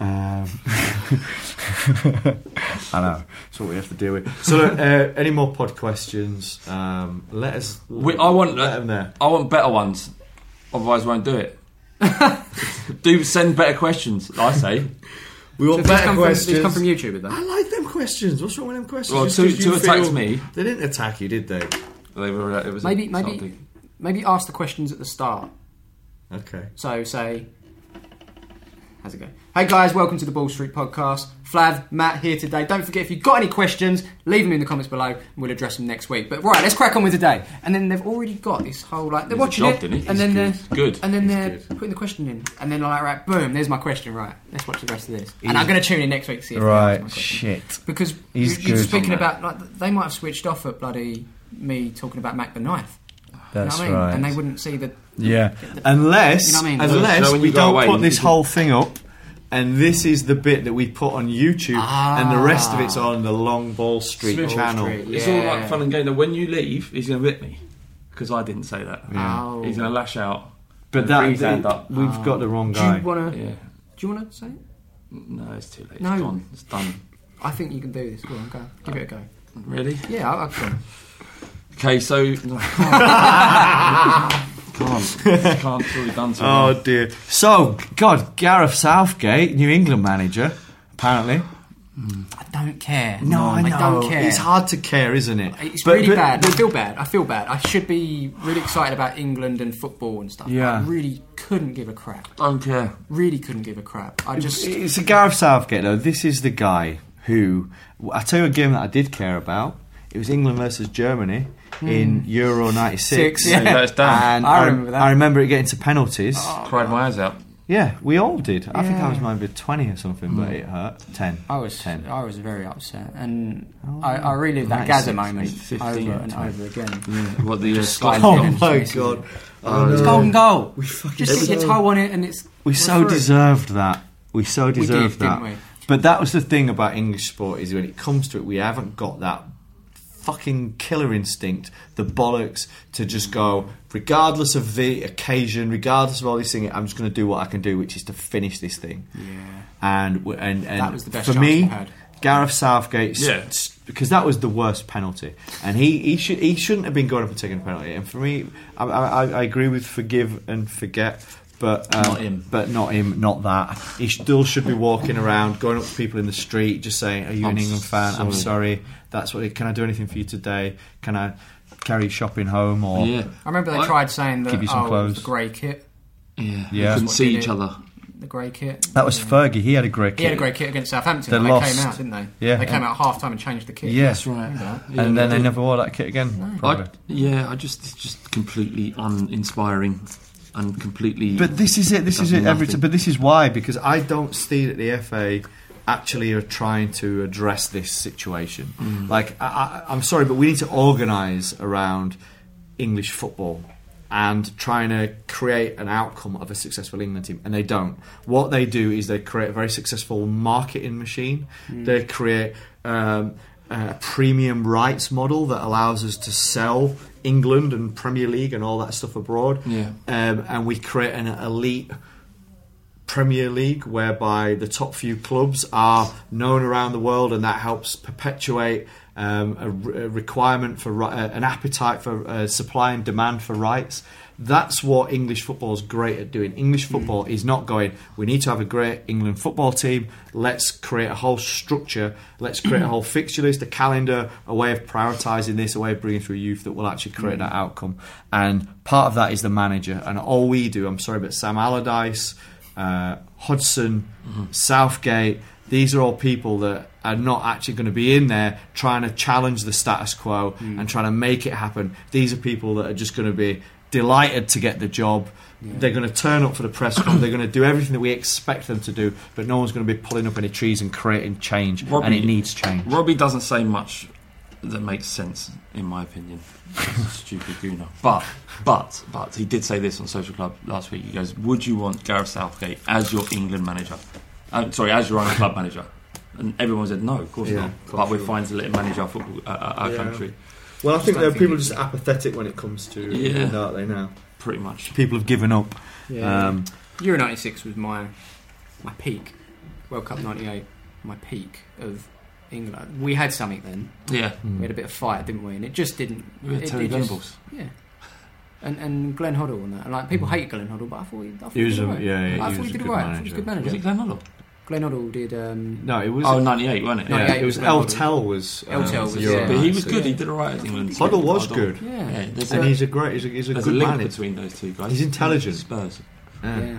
Um, I know. That's what we have to deal with. So, look, uh, any more pod questions? Um, let us. We, I want let them there. I want better ones. Otherwise, I won't do it. do send better questions. I say. We So these come from- these come from YouTube, though. I like them questions. What's wrong with them questions? Well, Just two, 'cause you two attacks feel- me. They didn't attack you, did they? They were. uh, It was a maybe sort of maybe thing. maybe ask the questions at the start. Okay. So say, How's it going? Hey guys, welcome to the Ball Street Podcast. Flav, Matt here today. Don't forget if you've got any questions, leave them in the comments below and we'll address them next week. But right, let's crack on with today. And then they've already got this whole like they're He's a watching job, it, didn't he? and He's then good. they're Good. and then He's they're putting the question in, and then like right, boom, there's my question. Right, let's watch the rest of this. And He's- I'm going to tune in next week to see if they answer my Right, question. shit. Because He's you- you're good. speaking about like they might have switched off at bloody me talking about Mac the knife. That's you know what I mean? And right. they wouldn't see the Yeah. Unless, You know what I mean? unless So- so when we you go don't away, put you this can- whole thing up, and this is the bit that we put on YouTube, and the rest of Ah. it's on the Long Ball Street Smith channel. It's all like fun and game. Now, when you leave, he's going to rip me because I didn't say that. Yeah. Oh. He's going to lash out. But and that- bring his that- hand up. we've Oh. got the wrong Do you want to? Yeah. Do you want to say it? No, it's too late. No. It's gone. It's done. I think you can do this. Go on, go. Give it a go. Really? Yeah, I, I can. Okay, so can't can't really done so. Oh dear. So, God, Gareth Southgate, New England manager, apparently. I don't care. No, I know. don't care. It's hard to care, isn't it? It's But- really but- bad. I but- feel bad. I feel bad. I should be really excited about England and football and stuff. Yeah. I really couldn't give a crap. Don't care. Really couldn't give a crap. I just. It's a Gareth Southgate, though. This is the guy who. I tell you a game that I did care about. It was England versus Germany in Hmm. Euro 96. Six, yeah. You let us down. And I I, remember that. Oh. I remember it getting to penalties. Cried my eyes out. Yeah, we all did. I think I was Yeah. Hmm. maybe 20 or something, but it hurt. 10. I was I was very upset, and I, Oh. I relived that Nice. Gaza moment 15, over and 20. over again. Yeah, what the, uh, Just like- Golden Scotland game. Oh my choice, God. isn't it? Oh, It's no. golden goal. We fucking just stick your deserved toe on it, and it's We we're so through. deserved that. We so did, deserved that. didn't we? But that was the thing about English sport is when it comes to it, we haven't got that fucking killer instinct, the bollocks to just go, regardless of the occasion, regardless of all these things, I'm just going to do what I can do, which is to finish this thing. Yeah. And w- and and That was the best for chance me. we had. Gareth Southgate, Yeah. s- because that was the worst penalty, and he, he should he shouldn't have been going up and taking a penalty. And for me, I, I, I agree with forgive and forget, but um, Not him. but not him, not that. He still should be walking around, going up to people in the street, just saying, "Are you I'm an England fan? I'm sorry." sorry. That's what. It, can I do anything for you today? Can I carry you shopping home or Yeah. I remember they I- tried saying that Give you some oh, clothes. the grey kit, Yeah, Yeah. yeah. Couldn't That's what see did each it. other. the grey kit. That was Fergie. He had a great. He had a great kit against Southampton. They They, lost. came out, didn't they? Yeah. they came out half time and changed the kit. Yeah. That's right. Yeah, and then they they did. never wore that kit again. I, probably. yeah, I just it's just completely uninspiring and completely. But this is it. This does is it nothing. every time. But this is why because I don't see that the FA actually are trying to address this situation. Like I, I, I'm sorry, but we need to organise around English football and trying to create an outcome of a successful England team, and they don't. What they do is they create a very successful marketing machine. They create. Um, a premium rights model that allows us to sell England and Premier League and all that stuff abroad Yeah. um, and we create an elite Premier League whereby the top few clubs are known around the world, and that helps perpetuate um, a, re- a requirement for ri- uh, an appetite for uh, supply and demand for rights. That's what English football is great at doing. English football is not going. We need to have a great England football team. Let's create a whole structure. Let's create a whole fixture list, a calendar, a way of prioritising this, a way of bringing through youth that will actually create that outcome. And part of that is the manager. And all we do, I'm sorry, but Sam Allardyce, uh, Hodgson, Southgate. These are all people that are not actually going to be in there trying to challenge the status quo and trying to make it happen. These are people that are just going to be delighted to get the job. They're going to turn up for the press club. They're going to do everything that we expect them to do, but no one's going to be pulling up any trees and creating change. and Robbie- it needs change. Robbie doesn't say much that makes sense, in my opinion. Stupid gooner. But, but, but, he did say this on Social Club last week. He goes, Would you want Gareth Southgate as your England manager? Um, sorry, as your own club manager? And everyone said, No, of course Yeah, not. of But we're fine to let him manage our football, uh, uh, our Yeah. country. Well, I think there are people just apathetic when it comes to England, aren't they now? Pretty much. People have given up. Yeah. Um, Euro '96 was my my peak. World Cup '98, my peak of England. We had something then. Yeah. Hmm. Mm. We had a bit of fire, didn't we? And it just didn't. We had it, Terry it just- Venables. yeah. And and Glenn Hoddle and that. And like people hate Glenn Hoddle, but I thought he, I thought Mm. He was did a- alright. yeah, yeah, I he thought was he a did good alright. I thought he was a good manager. Was it Glenn Hoddle? Glenn Hoddle did. Um, no, it was. Oh, 98, wasn't it? No, yeah, yeah, it was it was El Hoddle. Tel was. um, El Tel was, Euro yeah. But he was 96. good. He did all right at England. Hoddle was good. Yeah. there's and a, he's a great, he's a, he's a there's good a link man. between those two guys. He's intelligent. Spurs. yeah.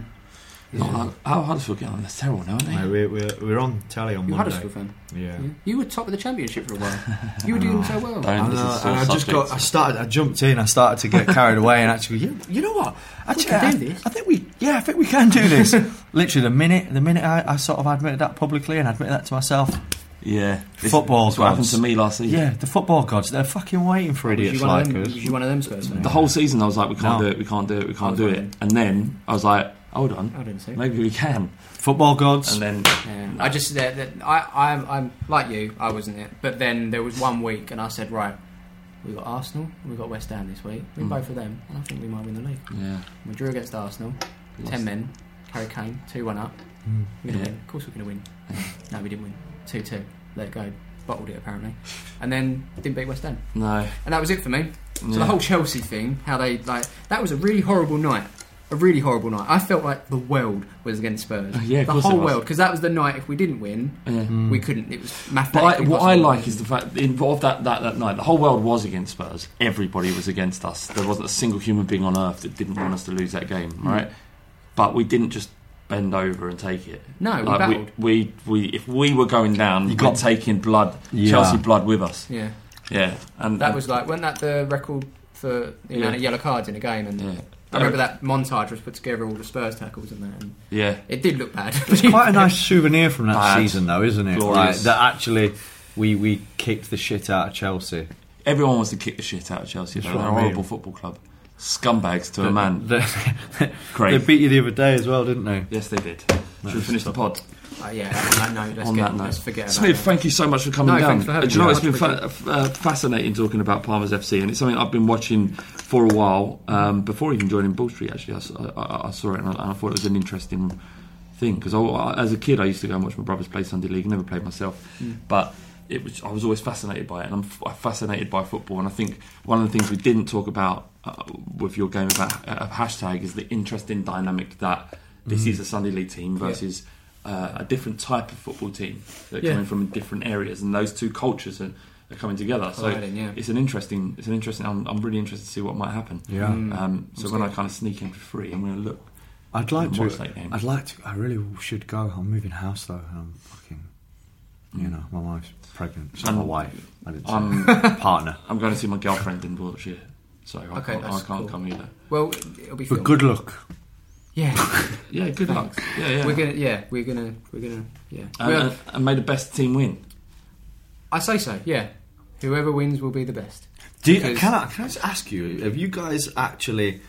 Not Hud- how Huddersfield get on? They're terrible now, aren't they? Mate, we're, we're, we're on telly on You Monday. Huddersfield fan? Yeah. You were top of the championship for a while. You were doing so well. I know, and I just got. I started. I jumped in. I started to get carried away, and actually, you, you know what? Actually, can I, do this. I think we. Yeah, I think we can do this. Literally, the minute the minute I, I sort of admitted that publicly and admitted that to myself, Yeah, This- football this what happened gods. to me last season. Yeah, the football gods. They're fucking waiting for idiots one like of them- us. was you one of them Spurs fans? The whole season, I was like, we can't No. do it, we can't do it, we I can't was do like- it. And then I was like, hold on, maybe we can. Football gods. And then I just that, that I I'm, I'm like you. I wasn't it, but then there was one week, and I said, right, we got Arsenal, we got West Ham this week. We Mm. both of them, and I think we might win the league. Yeah. We drew against Arsenal, Lost. ten men, Harry Kane, two one up. Mm. We're gonna Yeah. win. Of course, we're gonna win. no, we didn't win. Two two. Let it go. Bottled it apparently, and then didn't beat West Ham. No. And that was it for me. So Yeah. the whole Chelsea thing, how they like that was a really horrible night. A really horrible night. I felt like the world was against Spurs. yeah, of the course it whole was. world. Because that was the night if we didn't win, Yeah. Mm. we couldn't. It was But I, mathematically what I possible. like is the fact that involved that, that that night. The whole world was against Spurs. Everybody was against us. There wasn't a single human being on earth that didn't want us to lose that game, Mm. right? But we didn't just bend over and take it. No, we like battled. we, we we if we were going down, we got taking blood, Yeah. Chelsea blood with us. Yeah. yeah, and that was like wasn't that the record for the amount of Yeah. yellow cards in a game? And I remember that montage was put together all the Spurs tackles and that. And Yeah. it did look bad. It's quite a nice souvenir from that Bad. season, though, isn't it? Like, Glorious. that actually, we, we kicked the shit out of Chelsea. Everyone wants to kick the shit out of Chelsea. That's They're what a I mean. horrible football club. Scumbags to a The- man. They Craig. beat you the other day as well, didn't they? Yes, they did. Should we Nice. finish the pod? Uh, yeah, on that note, let's, on get, that note. let's forget about Smith, that. thank you so much for coming No, down. thanks for having Uh, do you know me. what, it's been Much fa- uh, fascinating talking about Palmer's FC, and it's something I've been watching for a while um, before even joining Bull Street. Actually, I, s- I- I- I saw it and I, and I thought it was an interesting thing because as a kid I used to go and watch my brothers play Sunday League. Never played myself, Mm. but. It was, I was always fascinated by it, and I'm f- fascinated by football. And I think one of the things we didn't talk about uh, with your game about uh, hashtag is the interesting dynamic that this Mm. is a Sunday League team Yeah. versus uh, a different type of football team that are Yeah. coming from different areas, and those two cultures are, are coming together. So Colliding, yeah. it's an interesting. It's an interesting. I'm, I'm really interested to see what might happen. Yeah. Mm. Um, so I'm when I scared. kind of sneak in for free, I'm going to look. I'd like and to. watch that game. I'd like to. I really should go. I'm moving house though. and I'm fucking. You Mm. know, my wife's pregnant. She's And my wife. I didn't say I'm- that. partner. I'm going to see my girlfriend in Wiltshire, so I Okay, can't, I that's can't cool. come either. Well, it'll be. But filmed. good luck. Yeah. Yeah, good luck. Thanks. Yeah, yeah. We're gonna. Yeah, we're gonna. We're gonna. Yeah. And, Well, and, and may the best team win. I say so. Yeah. Whoever wins will be the best. Do you, Because- can I can I just ask you? Have you guys actually?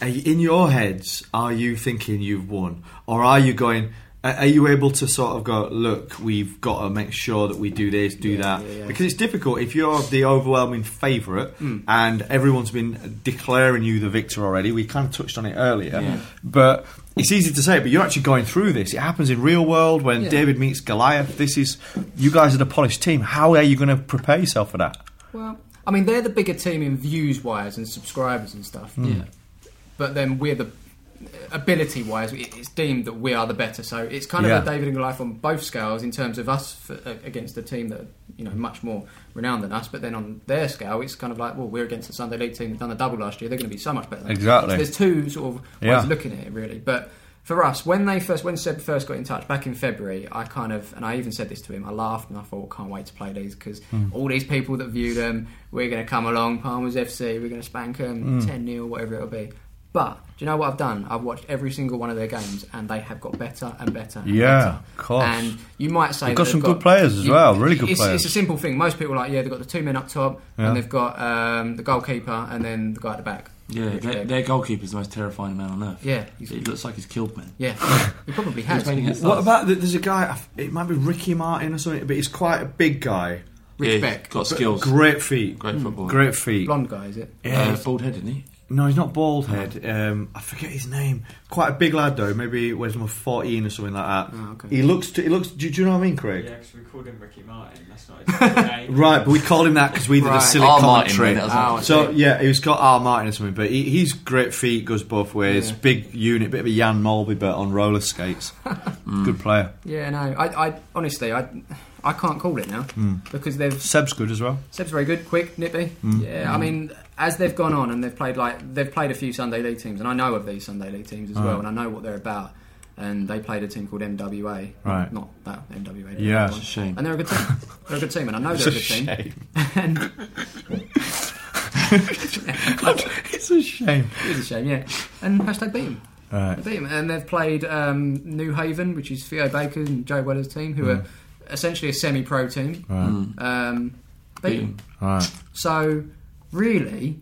Are you, in your heads, are you thinking you've won, or are you going? Are are you able to sort of go? Look, we've got to make sure that we do this, do that, yeah, yeah. because it's difficult if you're the overwhelming favourite Mm. and everyone's been declaring you the victor already. We kind of touched on it earlier, Yeah. but it's easy to say. But you're actually going through this. It happens in real world when Yeah. David meets Goliath. This is you guys are the polished team. How are you going to prepare yourself for that? Well, I mean, they're the bigger team in views wise and subscribers and stuff. Mm. Yeah. But then we're the uh, ability wise, it's deemed that we are the better. So it's kind of Yeah. a David and Goliath on both scales in terms of us for, uh, against a team that are, you know much more renowned than us. But then on their scale, it's kind of like, well, we're against the Sunday League team that done the double last year. They're going to be so much better. Than us. Exactly. So there's two sort of ways Yeah. of looking at it really, but. For us, when they first, when Seb first got in touch back in February, I kind of, and I even said this to him, I laughed and I thought, can't wait to play these because Hmm. Mm. all these people that view them, we're going to come along, Palmer's FC, we're going to spank Hmm. them Mm. 10 0, whatever it'll be. But do you know what I've done? I've watched every single one of their games and they have got better and better. And Yeah, better. of course. And you might say They've that got some good players as well, really good it's, players. It's a simple thing. Most people are like, yeah, they've got the two men up top Yeah. and they've got um, the goalkeeper and then the guy at the back. Yeah, their, their goalkeeper's the most terrifying man on earth. Yeah. he looks like he's killed men. Yeah, he probably has. He's playing against What us. about th- there's a guy? I f- It might be Ricky Martin or something, but he's quite a big guy. Rick Yeah, Beck. got But skills. Hmm. Great feet. Great Mm. footballer. Great feet. Blonde guy, is it? Uh, Yeah. bald head, isn't he? no, he's not bald head. Um, I forget his name. Quite a big lad though. Maybe where's number fourteen or something like that. Ah, He looks. To, he looks. Do, do you know what I mean, Craig? Yeah, because we called him Ricky Martin. That's not his real name. Right, but we called him that because we did a Right. silly R. Martin, commentary. wasn't it? Ah, Oh, I see. so yeah, he was called R. Martin or something. But he, he's great feet, goes both ways, Yeah. big unit, bit of a Jan Mulby, but on roller skates. Good player. Yeah, no. I, I honestly, I, I can't call it now Mm. because they've Seb's good as well. Seb's very good, quick, nippy. Mm. Yeah, I mean, as they've gone on and they've played like they've played a few Sunday League teams, and I know of these Sunday League teams as Right. well, and I know what they're about. and they played a team called MWA. Right. Not that MWA. that Yeah, it's a one. shame. And they're a good team. They're a good team, and I know It's they're a a good team. shame. And it's a shame. It is a shame, yeah. And hashtag beat 'em. Right. They beat 'em. And they've played um, New Haven, which is Theo Baker and Joe Weller's team, who Mm. are essentially a semi-pro team. Right. Mm. Um, beat 'em. Right. So really,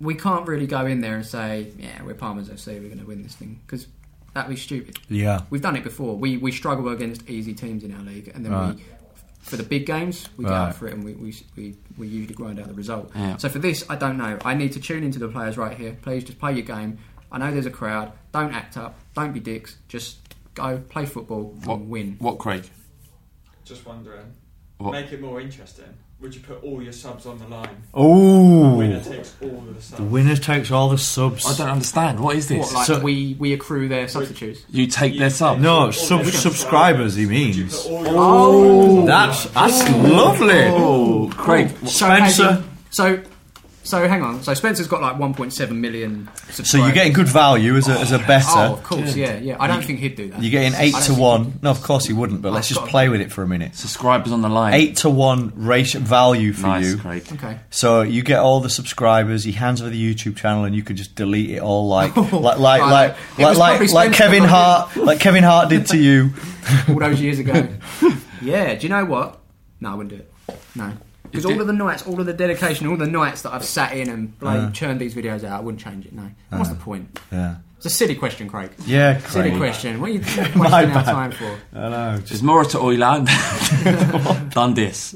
we can't really go in there and say, yeah, we're Palmer's FC, we're going to win this thing because that'd be stupid. Yeah. we've done it before. We we struggle against easy teams in our league, and then Right. we. For the big games, we go Right. out for it and we, we, we, we usually grind out the result. Yeah. So for this, I don't know. I need to tune into the players right here. Please just play your game. I know there's a crowd. Don't act up. Don't be dicks. Just go play football and win. What, Craig? Just wondering. What? Make it more interesting. Would you put all your subs on the line? Oh. The winner takes all of the subs. The winner takes all the subs. I don't understand. What is this? What, like we, we accrue their substitutes. You take their sub? No, sub- subscribers. He means. Oh, that's that's lovely. Oh, Craig, So, Spencer. So, so hang on. So Spencer's got like 1.7 million. Subscribers. So you're getting good value as a as a better. Oh, of course, yeah, yeah. I don't You- think he'd do that. You're getting eight I don't to think- one. No, of course he wouldn't. But let's I've just got- play with it for a minute. Subscribers on the line. Eight to one ratio value for Nice, you. Craig. Okay. So you get all the subscribers. He hands over the YouTube channel, and you can just delete it all, like like like Oh, Right. like It like was probably like, like Spencer, Kevin wasn't Hart, like Kevin Hart did to you. all those years ago. yeah, do you know what? No, I wouldn't do it. No. Because all of the nights, all of the dedication, all the nights that I've sat in and like, Uh. churned these videos out, I wouldn't change it, no. What's Uh. the point? Yeah. It's a silly question, Craig. Yeah, Craig. Silly question. What are you wasting My our bad. time for? I know. There's more to Oiland than this.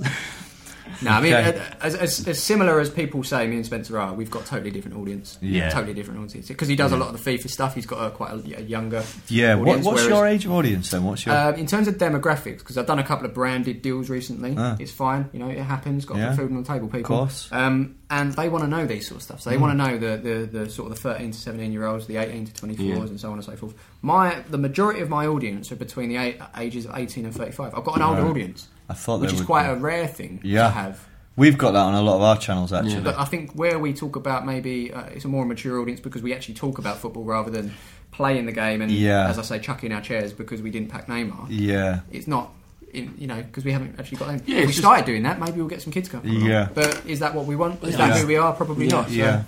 No, I mean, Okay. uh, as, as, as similar as people say me and Spencer are, we've got totally different audience. Yeah. Totally different audience. Because he does a Yeah. lot of the FIFA stuff, he's got a, quite a, a younger Yeah. What, audience, what's whereas- your age of audience then? What's your Um, in terms of demographics, because I've done a couple of branded deals recently, Ah. it's fine. You know, it happens. Got to Yeah. put food on the table, people. course. Um, and they want to know these sort of stuff. So they Mm. want to know the, the, the sort of the thirteen to seventeen year olds, the eighteen to twenty fours, Yeah. and so on and so forth. My the majority of my audience are between the eight, ages of eighteen and thirty five. I've got an older Right. audience, I thought which they is would quite be. a rare thing yeah. to have. We've got that on a lot of our channels actually. But I think where we talk about maybe uh, it's a more mature audience because we actually talk about football rather than playing the game and, Yeah. as I say, chucking our chairs because we didn't pack Neymar. Yeah. It's not, in, you know, because we haven't actually got them. Yeah, if we it's just- started doing that, maybe we'll get some kids coming. along. Yeah. But is that what we want? Is Yeah. that who we are? Probably not. So, Yeah. uh,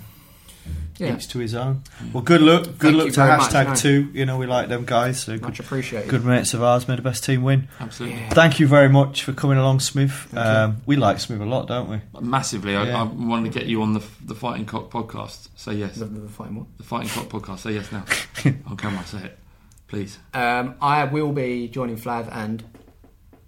Yeah. Mm. Each to his own. Well, good luck. Good Thank luck you to very much, hashtag no. two. You know, we like them guys. So Much good, appreciated. Good mates of ours made the best team win. Absolutely. Yeah. Thank you very much for coming along, Smith. you. Um, we like Smith a lot, don't we? Massively. I, Yeah. I wanted to get you on the the Fighting Cock podcast. Say yes. The, Fighting what? The Fighting Cock podcast. Say yes now. Oh, on camera. Say it. Please. Um, I will be joining Flav and.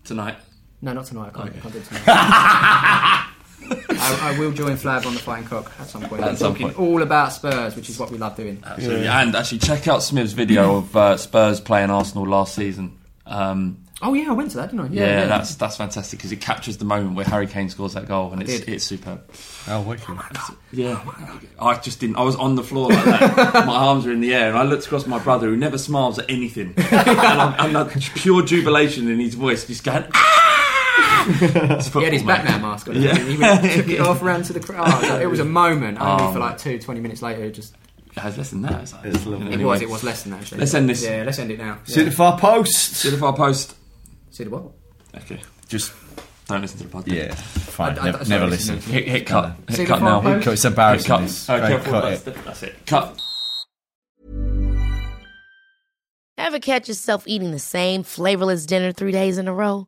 Tonight. No, not tonight. I can't, can't do it tonight. I, I will join Flav on the Fighting Cock at some point. At I'm some talking point. Uh. all about Spurs, which is what we love doing. Absolutely. And actually, check out Smith's video of uh, Spurs playing Arsenal last season. Um, Oh yeah, I went to that, didn't I? yeah, that's that's fantastic because it captures the moment where Harry Kane scores that goal, and it's did. it's superb. Oh, wicked! Yeah, I just didn't. I was on the floor like that. my arms were in the air, and I looked across at my brother, who never smiles at anything, and I'm, I'm like, pure jubilation in his voice, just going. "Ah!" he had his Batman mask on. Yeah. Yeah. He went, took it off, ran to the crowd. Oh, it was a moment. I only Oh. for like two, 20 minutes later, it just. It has less than that. It's, like, It was. It was less than that. Actually. Let's end this. Yeah, let's end it now. See yeah. the far post. See the far post. See the what? Okay. Just don't listen to the podcast. Yeah, fine. I- I- never sorry, never listen. listen. Hit- hit cut. Hit See the Hit cut cut far now. now. post? It's embarrassing. Uh, Hit cut. It's Oh, great. careful, Cut that's it. the- that's it. Cut. Ever catch yourself eating the same flavorless dinner three days in a row?